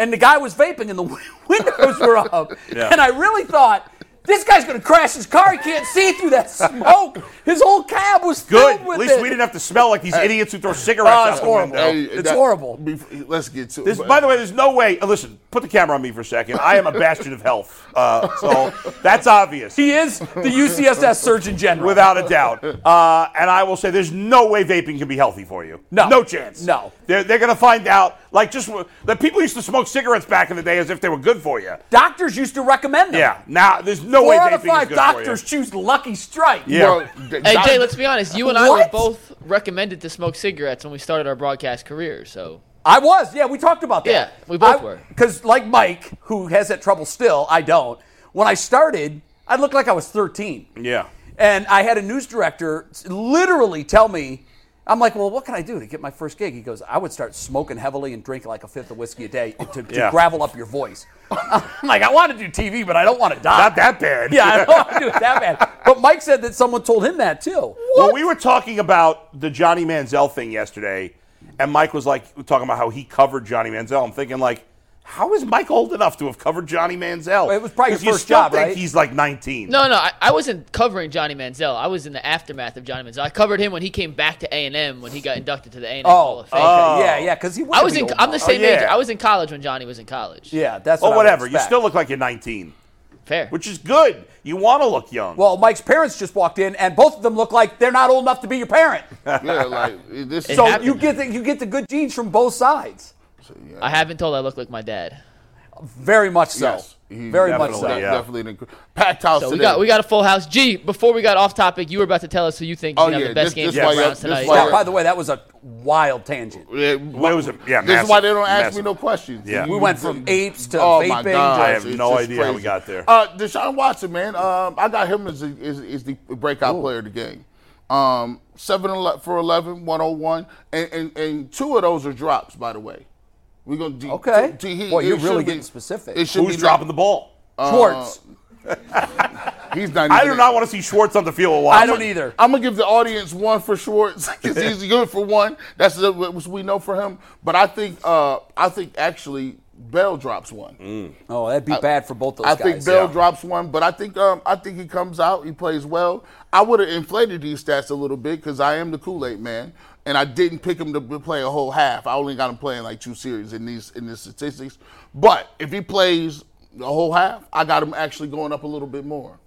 D: and the guy was vaping, and the windows were up,
C: Yeah.
D: and I really thought. This guy's gonna crash his car. He can't see through that smoke. His whole cab was
C: Good.
D: filled
C: At
D: with
C: least
D: it.
C: we didn't have to smell like these idiots who throw cigarettes
D: Oh,
C: out
D: it's
C: the
D: horrible.
C: window.
E: Hey,
D: It's horrible.
E: bef- let's get to
C: This,
E: it.
C: by the way, there's no way. uh, listen, put the camera on me for a second. I am a bastion of health, uh, so that's obvious,
D: He is the UCSS Surgeon General.
C: without a doubt. Uh, and I will say, there's no way vaping can be healthy for you.
D: No.
C: no chance.
D: No.
C: they're, they're going to find out. Like just w- the people used to smoke cigarettes back in the day as if they were good for you.
D: doctors used to recommend them.
C: Yeah, now there's no
D: Four
C: way
D: out
C: vaping
D: of five
C: is good
D: doctors
C: for
D: choose Lucky Strike.
C: you. Yeah,
E: Bro,
F: Hey
E: Doc-
F: Jay, let's be honest. You and I
D: What?
F: were both recommended to smoke cigarettes when we started our broadcast career. So
D: I was. Yeah, we talked about that.
F: Yeah, we both were.
D: Because, like Mike, who has that trouble still, I don't. When I started, I looked like I was 13.
C: yeah.
D: And I had a news director literally tell me, I'm like, well, what can I do to get my first gig? He goes, I would start smoking heavily and drinking like a fifth of whiskey a day to, to
C: Yeah.
D: gravel up your voice. I'm like, I want to do TV, but I don't want to die.
C: Not that bad.
D: Yeah, I don't want to do it that bad. But Mike said that someone told him that too.
C: Well, we were talking about the Johnny Manziel thing yesterday, and Mike was like talking about how he covered Johnny Manziel. I'm thinking like, how is Mike old enough to have covered Johnny Manziel?
D: It was probably his
C: 'Cause you
D: first
C: still
D: job,
C: think
D: right?
C: He's like 19.
F: no, no, I, I wasn't covering Johnny Manziel. I was in the aftermath of Johnny Manziel. I covered him when he came back to A and M when he got inducted to the A and M Hall
D: Oh,
F: of
D: okay.
F: Fame.
D: yeah, yeah, because he was.
F: I was in. I'm the same
C: yeah.
F: age. I was in college when Johnny was in college.
D: Yeah, that's
C: Or
D: what I would
C: whatever. You
D: expect.
C: still look like you're 19,
F: Fair.
C: which is good. You want to look young.
D: Well, Mike's parents just walked in, and both of them look like they're not old enough to be your parent.
E: yeah, like this.
F: It
E: Is,
D: So
F: happened.
D: you get the, you get the good genes from both sides.
F: I haven't told I look like my dad.
D: Very much so.
E: yes, he
D: Very much so.
E: definitely-
C: yeah.
E: Definitely an incre- packed house
F: So we
E: today.
F: got we got a full house. Gee, before we got off topic, you were about to tell us who you think is
E: Oh,
F: gonna have
E: yeah,
F: the
E: this-
F: best game
E: this
F: for the
E: why-
F: Browns
E: this
F: tonight.
E: why-
D: Now, by the way, that was a wild tangent.
E: Yeah,
C: Well, it was a- yeah,
E: this is why
C: massive,
E: they don't ask
C: massive.
E: me no questions.
C: Yeah.
D: We went from apes to
E: oh
D: vaping
E: My
D: to-
E: God.
C: I have
E: It's
C: no
E: just
C: idea how we
E: crazy.
C: got there.
E: Uh, Deshaun Watson, man, um, I got him as, the- is is the breakout player of the game. Um, seven ele- for 11, 101, and, and and two of those are drops, by the way. We're gonna de-
D: Okay.
E: de- he-
D: Boy, you're
E: it should
D: really
E: be-
D: getting specific.
E: It should
C: Who's
E: be
C: dropping the ball?
E: Uh,
D: Schwartz.
E: He's not.
C: I
E: even
C: do
E: in.
C: not want to see Schwartz on the field a lot.
D: I don't either.
E: I'm gonna give the audience one for Schwartz because he's good for one. That's the- what we know for him. But I think uh, I think actually Bell drops one.
D: Oh, that'd be bad for both those
E: I
D: guys.
E: think Bell drops one, but I think um, I think he comes out. He plays well. I would have inflated these stats a little bit because I am the Kool Aid man, and I didn't pick him to be- play a whole half. I only got him playing like two series in these in the statistics. But if he plays the whole half, I got him actually going up a little bit more.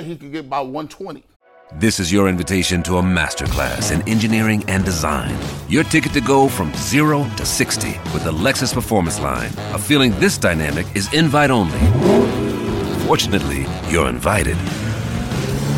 E: He could get about 120.
A: This is your invitation to a masterclass in engineering and design. Your ticket to go from zero to 60 with the Lexus Performance Line. A feeling this dynamic is invite only. Fortunately, you're invited.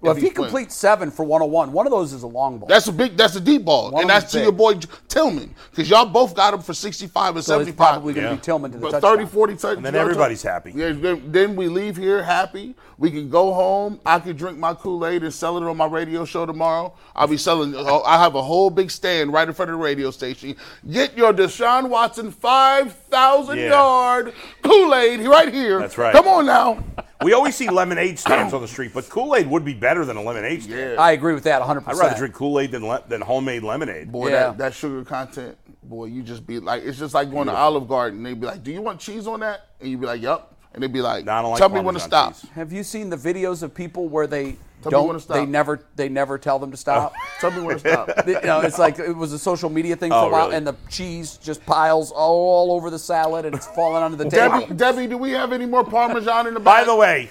D: Well, if
E: he
D: he
E: plays.
D: completes seven for 101, one of those is a long ball.
E: That's a big. That's a deep ball,
D: One
E: and
D: of them's
E: that's to
D: big.
E: your boy J- Tillman because y'all both got him for 65 and
D: so it's
E: 75.
D: probably going to be Tillman to the
E: But
D: touchdown.
E: 30, 40 touchdowns.
C: And then everybody's happy.
E: Yeah, then, then we leave here happy. We can go home. I can drink my Kool Aid and sell it on my radio show tomorrow. I'll be selling. oh, I have a whole big stand right in front of the radio station. Get your Deshaun Watson 5,000
C: Yeah.
E: yard Kool Aid right here.
C: That's right.
E: Come on now.
C: We always see lemonade stands on the street, but Kool Aid would be better than a lemonade stand.
D: I agree with that 100%.
C: I'd rather drink Kool Aid than le- than homemade lemonade.
E: Boy,
D: Yeah.
E: that, that sugar content, boy, you just be like, it's just like going to Olive Garden. They'd be like, do you want cheese on that? And you'd be like, yup. And they'd be like,
C: No, I don't like
E: tell me when to
C: Parmesan
E: stop.
C: cheese.
D: Have you seen the videos of people where they
E: Tell me when
D: don't?
E: to stop. Oh.
D: They never. They never tell them to stop.
E: Tell me when to stop.
D: you know, it's like it was a social media thing for
C: Oh,
D: a while,
C: really?
D: and the cheese just piles all over the salad, and it's falling onto the table.
E: Debbie, Debbie, do we have any more Parmesan in the
C: By
E: bag?
C: the way,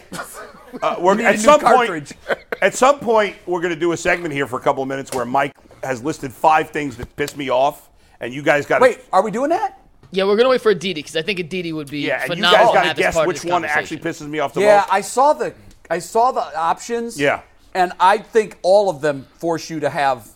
C: uh, we're
D: need a
C: at
D: new
C: some
D: cartridge.
C: point. At some point, we're going to do a segment here for a couple of minutes where Mike has listed five things that piss me off, and you guys got to
D: Wait, are we doing that?
F: yeah, we're gonna wait for Aditi because I think Aditi would be
C: yeah, and you
F: phenomenal.
C: guys
F: to
C: got to
F: have as
C: guess
F: part of
C: which
F: this
C: one actually
F: conversation.
C: pisses me off the
D: Yeah,
C: most.
D: I saw the I saw the options.
C: Yeah.
D: and I think all of them force you to have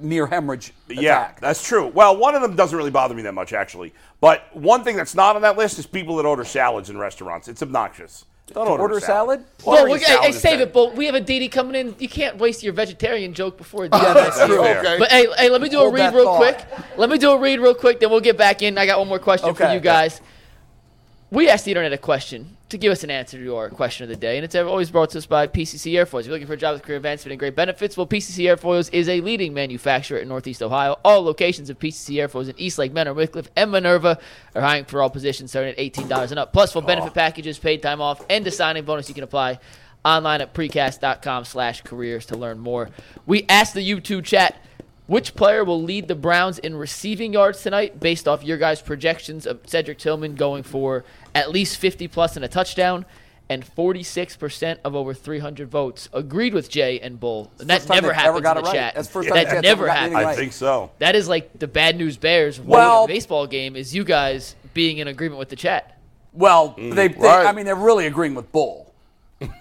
D: near hemorrhage.
C: yeah,
D: attack.
C: that's true. Well, one of them doesn't really bother me that much actually, but one thing that's not on that list is people that order salads in restaurants. It's obnoxious. Don't order,
D: order
C: a salad.
D: salad?
F: Well,
C: Ordering
F: we,
C: a salad
F: hey, hey,
C: is
F: save
C: bad.
F: it, but we have Aditi coming in. You can't waste your vegetarian joke before Aditi.
D: that's true.
E: Okay.
F: But hey, hey, let me do
D: Hold
F: a read
D: that
F: real
D: thought.
F: quick. Let me do a read real quick, then we'll get back in. I got one more question
D: Okay.
F: for you guys. We asked the internet a question, to give us an answer to our question of the day, and it's always brought to us by PCC Airfoils. If you're looking for a job with career advancement and great benefits, well, PCC Airfoils is a leading manufacturer in Northeast Ohio. All locations of PCC Airfoils in Eastlake, Menor, Wycliffe, and Minerva are hiring for all positions starting at $18 and up, plus full
D: Oh.
F: benefit packages, paid time off, and a signing bonus you can apply online at precast.com slash careers to learn more. We asked the YouTube chat which player will lead the Browns in receiving yards tonight based off your guys' projections of Cedric Tillman going for at least 50 plus and a touchdown? And 46% of over 300 votes agreed with Jay and Bull. And that
D: First time
F: never
D: they've
F: happens
D: ever got it
F: in the
D: right.
F: chat.
D: That's the first time
F: that
D: the chat's
F: never
D: ever gotten
F: happens.
D: anything
C: I
D: right.
C: think so.
F: That is like the bad news bears well,
D: Well-
F: baseball game is you guys being in agreement with the chat.
D: Well, they, they
E: right.
D: I mean, they're really agreeing with Bull.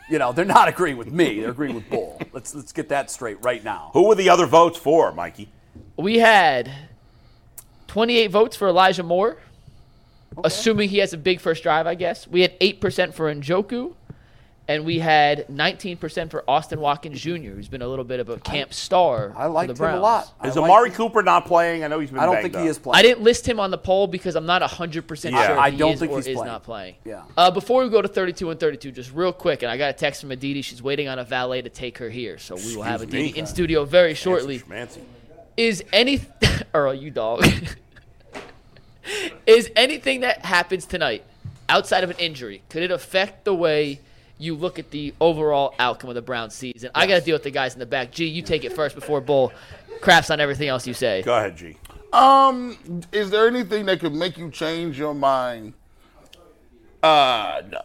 D: You know, they're not agreeing with me. They're agreeing with Bull. Let's let's get that straight right now.
C: Who were the other votes for, Mikey?
F: We had 28 votes for Elijah Moore, assuming he has a big first drive, I guess. We had 8% for Njoku, and we had 19% for Austin Watkins Jr., who's been a little bit of a camp star.
D: I
F: for
D: liked
F: the
D: him a
F: Browns.
D: lot. I
C: Is
D: liked-
C: Amari Cooper not playing? I know he's been.
D: I don't
C: banged
D: think
C: up.
D: he is playing.
F: I didn't list him on the poll because I'm not 100%
C: Yeah.
F: sure
C: I
F: he
D: don't
F: is
D: think
F: or
D: he's
F: is
D: playing.
F: not playing.
D: Yeah.
F: Uh, before we go to 32 and 32, just real quick, and I got a text from Aditi. She's waiting on a valet to take her here, so we will have
C: Excuse me.
F: Aditi in studio very shortly.
C: Schmancy.
F: is any Earl, you dog. is anything that happens tonight outside of an injury, could it affect the way you look at the overall outcome of the Browns season? I gotta deal with the guys in the back. G, you take it first before Bull craps on everything else you say.
C: Go ahead, G.
E: Um, is there anything that could make you change your mind? Uh, no,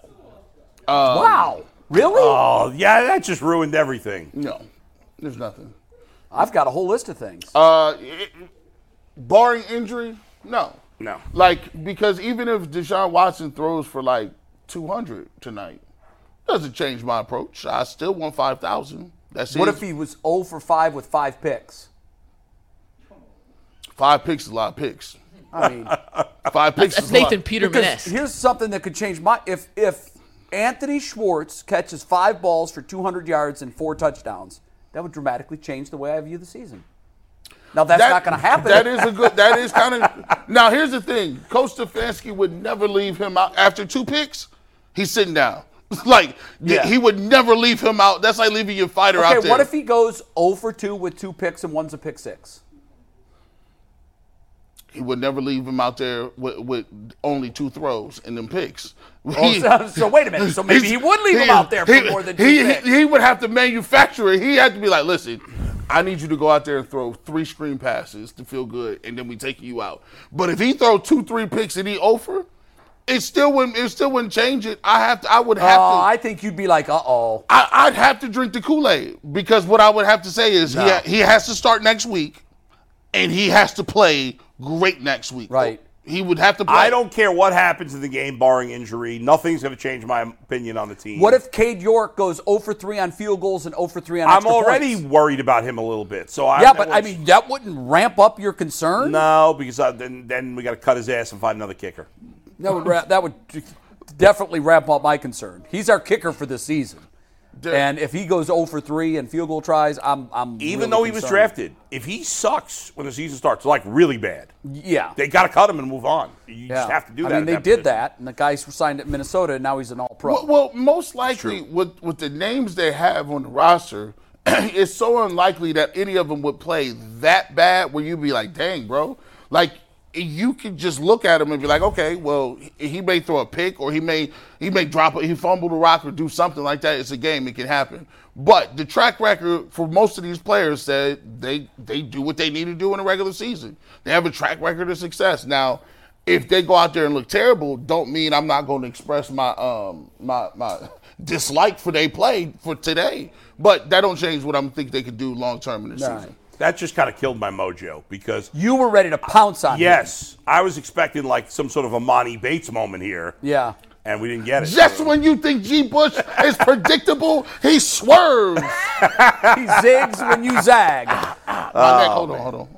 D: wow, really?
C: Oh yeah, that just ruined everything.
E: no, there's nothing.
D: I've got a whole list of things.
E: Uh, it- barring injury, no.
C: No.
E: Like because even if Deshaun Watson throws for like 200 tonight, doesn't change my approach. I still want 5,000. That's
D: what
E: his.
D: if he was 0 for 5 with five picks?
E: five picks is a lot of picks.
D: I mean,
E: Five picks
F: That's
E: is a lot.
F: Nathan Peterman
D: because
F: esque.
D: here's something that could change my if if Anthony Schwartz catches five balls for 200 yards and four touchdowns, that would dramatically change the way I view the season. Now that's
E: That-
D: not going to happen.
E: That is a good. That is kind of. now here's the thing: Coach Stefanski would never leave him out after two picks. He's sitting down. like th-
D: Yeah.
E: he would never leave him out. That's like leaving your fighter out
D: Okay,
E: there.
D: what if he goes 0 for 2 with two picks and one's a pick six?
E: he would never leave him out there with, with only two throws and them picks.
D: Oh, so, so wait a minute. So maybe
E: He's-
D: he would leave
E: he-
D: him out there for
E: he-
D: more than two
E: he,
D: picks.
E: He, he would have to manufacture it. He had to be like, listen, I need you to go out there and throw three screen passes to feel good, and then we take you out. But if he throw two, three picks and he over, it still wouldn't. It still wouldn't change it. I have to. I would have
D: oh,
E: to.
D: I think you'd be like, uh oh.
E: I, I'd have to drink the Kool Aid because what I would have to say is he, ha- he has to start next week, and he has to play great next week.
D: Right.
E: He would have to. play.
C: I don't care what happens in the game, barring injury. Nothing's going to change my opinion on the team.
D: What if Cade York goes 0 for 3 on field goals and 0 for 3 on
C: I'm
D: extra
C: already
D: points?
C: worried about him a little bit? So I
D: Yeah, but I mean, that wouldn't ramp up your concern.
C: no, because I, then then we got to cut his ass and find another kicker.
D: That would ra- that would definitely ramp up my concern. He's our kicker for this season, and if he goes 0 for 3 and field goal tries, I'm I'm
C: Even
D: really
C: though he was
D: concerned.
C: drafted, if he sucks when the season starts, like really bad,
D: Yeah,
C: they got to cut him and move on. You just have to do
D: I
C: that.
D: mean,
C: at
D: they
C: that
D: did
C: position.
D: that, and the guy signed at Minnesota, and now he's an All Pro.
E: Well, well, most likely, with, with the names they have on the roster, it's so unlikely that any of them would play that bad where you'd be like, dang, bro. Like, you could just look at him and be like, okay, well, he he may throw a pick or he may he may drop a, he fumble the rock or do something like that. It's a game; it can happen. But the track record for most of these players said they they do what they need to do in a regular season. They have a track record of success. Now, if they go out there and look terrible, don't mean I'm not going to express my um my my dislike for they play for today. But that don't change what I'm think they could do long term in this
D: Right.
E: season.
C: That just kind of killed my mojo because
D: you were ready to pounce on him.
C: yes, I was expecting like some sort of Amani Bates moment here,
D: Yeah.
C: and we didn't get it.
E: Just when you think G. Bush is predictable, he swerves.
D: He zigs when you zag.
E: My
D: Oh,
E: neck, hold on, hold on.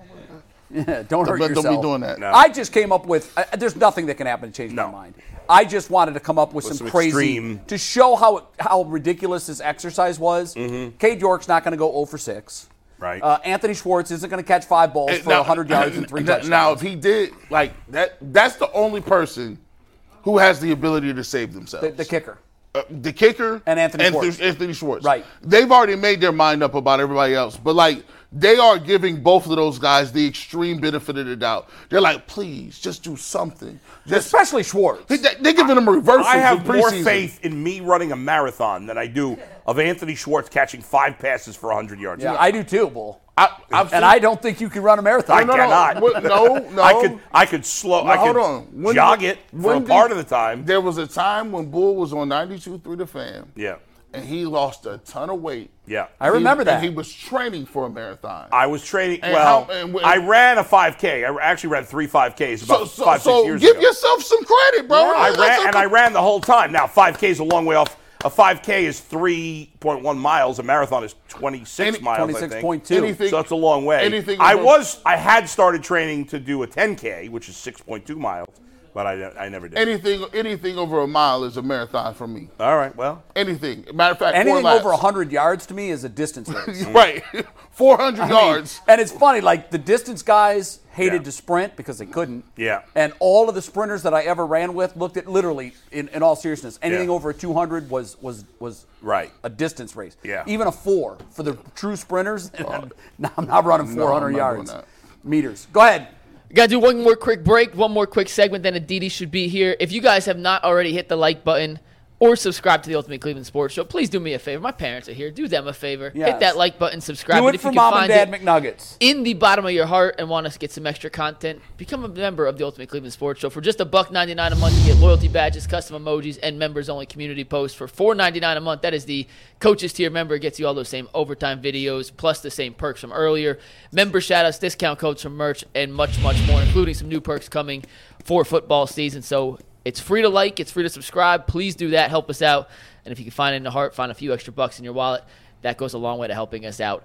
D: Yeah, don't hurt
E: But
D: yourself.
E: don't be doing that.
D: I just came up with. I, there's nothing that can happen to change
C: No.
D: my mind. I just wanted to come up with, some,
C: some
D: crazy
C: extreme-
D: to show how it, how ridiculous this exercise was.
E: Mm-hmm.
D: Cade York's not going to go 0 for 6.
C: Right.
D: Uh, Anthony Schwartz isn't going to catch five balls
E: Hey, uh,
D: for 100 yards and three
E: now-
D: touchdowns.
E: Now, if he did like that, that's the only person who has the ability to save themselves?
D: The, the kicker.
E: Uh, the kicker
D: And Anthony Schwartz.
E: Anthony Schwartz.
D: Right.
E: They've already made their mind up about everybody else, but like they are giving both of those guys the extreme benefit of the doubt. They're like, please, just do something. Just
D: Especially Schwartz.
E: they, they giving them a reversal.
C: I have
E: for
C: more
E: preseason.
C: faith in me running a marathon than I do of Anthony Schwartz catching five passes for 100 yards.
D: Yeah, I do too, Bull.
E: I, I've seen-
D: And I don't think you can run a marathon.
C: I
E: no, no,
C: cannot.
E: What- no, no.
C: I could I could slow
E: Now,
C: I could
E: hold on. When
C: jog
E: did-
C: it for a
E: when did-
C: part of the time.
E: There was a time when Bull was on 92 through the fan,
C: Yeah.
E: and he lost a ton of weight.
C: Yeah.
D: I remember
E: He- and
D: that.
E: he was training for a marathon.
C: I was training.
E: And
C: well,
E: how- and wh-
C: I ran a 5K. I actually ran three 5Ks about
E: so, so,
C: five,
E: so
C: six years
E: give
C: ago.
E: yourself some credit, bro.
C: I
E: That's
C: ran
E: a-
C: and I ran the whole time. Now 5K is a long way off. A 5K is 3.1 miles. A marathon is 26
E: Any-
C: miles. I think.
D: 26.2.
E: Anything-
C: So that's a long way.
E: Anything
C: I
E: above-
C: was I had started training to do a 10K, which is 6.2 miles, but I, I never did.
E: Anything, anything over a mile is a marathon for me.
C: All right. Well,
E: Anything. Matter of fact, four
D: Anything
E: laps.
D: over 100 yards to me is a distance race.
E: right, 400
D: I mean,
E: yards.
D: And it's funny, like the distance guys hated
C: Yeah.
D: to sprint because they couldn't.
C: Yeah.
D: And all of the sprinters that I ever ran with looked at literally, in, in all seriousness, anything
C: Yeah.
D: over 200 was was was
C: Right.
D: a distance race.
C: Yeah. Oh.
D: Even a four for the true sprinters. no, I'm not running 400
E: I'm not
D: yards
E: doing
D: meters. Go ahead.
F: Gotta do one more quick break, one more quick segment, then Aditi should be here. If you guys have not already hit the like button or subscribe to the Ultimate Cleveland Sports Show, please do me a favor. My parents are here. Do them a favor.
D: Yes.
F: Hit that like button, subscribe.
D: Do
F: and
D: it
F: if
D: for
F: you can
D: mom and
F: find
D: dad
F: it
D: McNuggets.
F: in the bottom of your heart and want us to get some extra content, become a member of the Ultimate Cleveland Sports Show for just a buck ninety nine a month. You get loyalty badges, custom emojis, and members only community posts for four ninety nine a month. That is the coaches tier member. Gets you all those same overtime videos, plus the same perks from earlier, member shout outs, discount codes from merch, and much much more, including some new perks coming for football season. So it's free to like, it's free to subscribe. Please do that. Help us out, and if you can find it in the heart, find a few extra bucks in your wallet. That goes a long way to helping us out.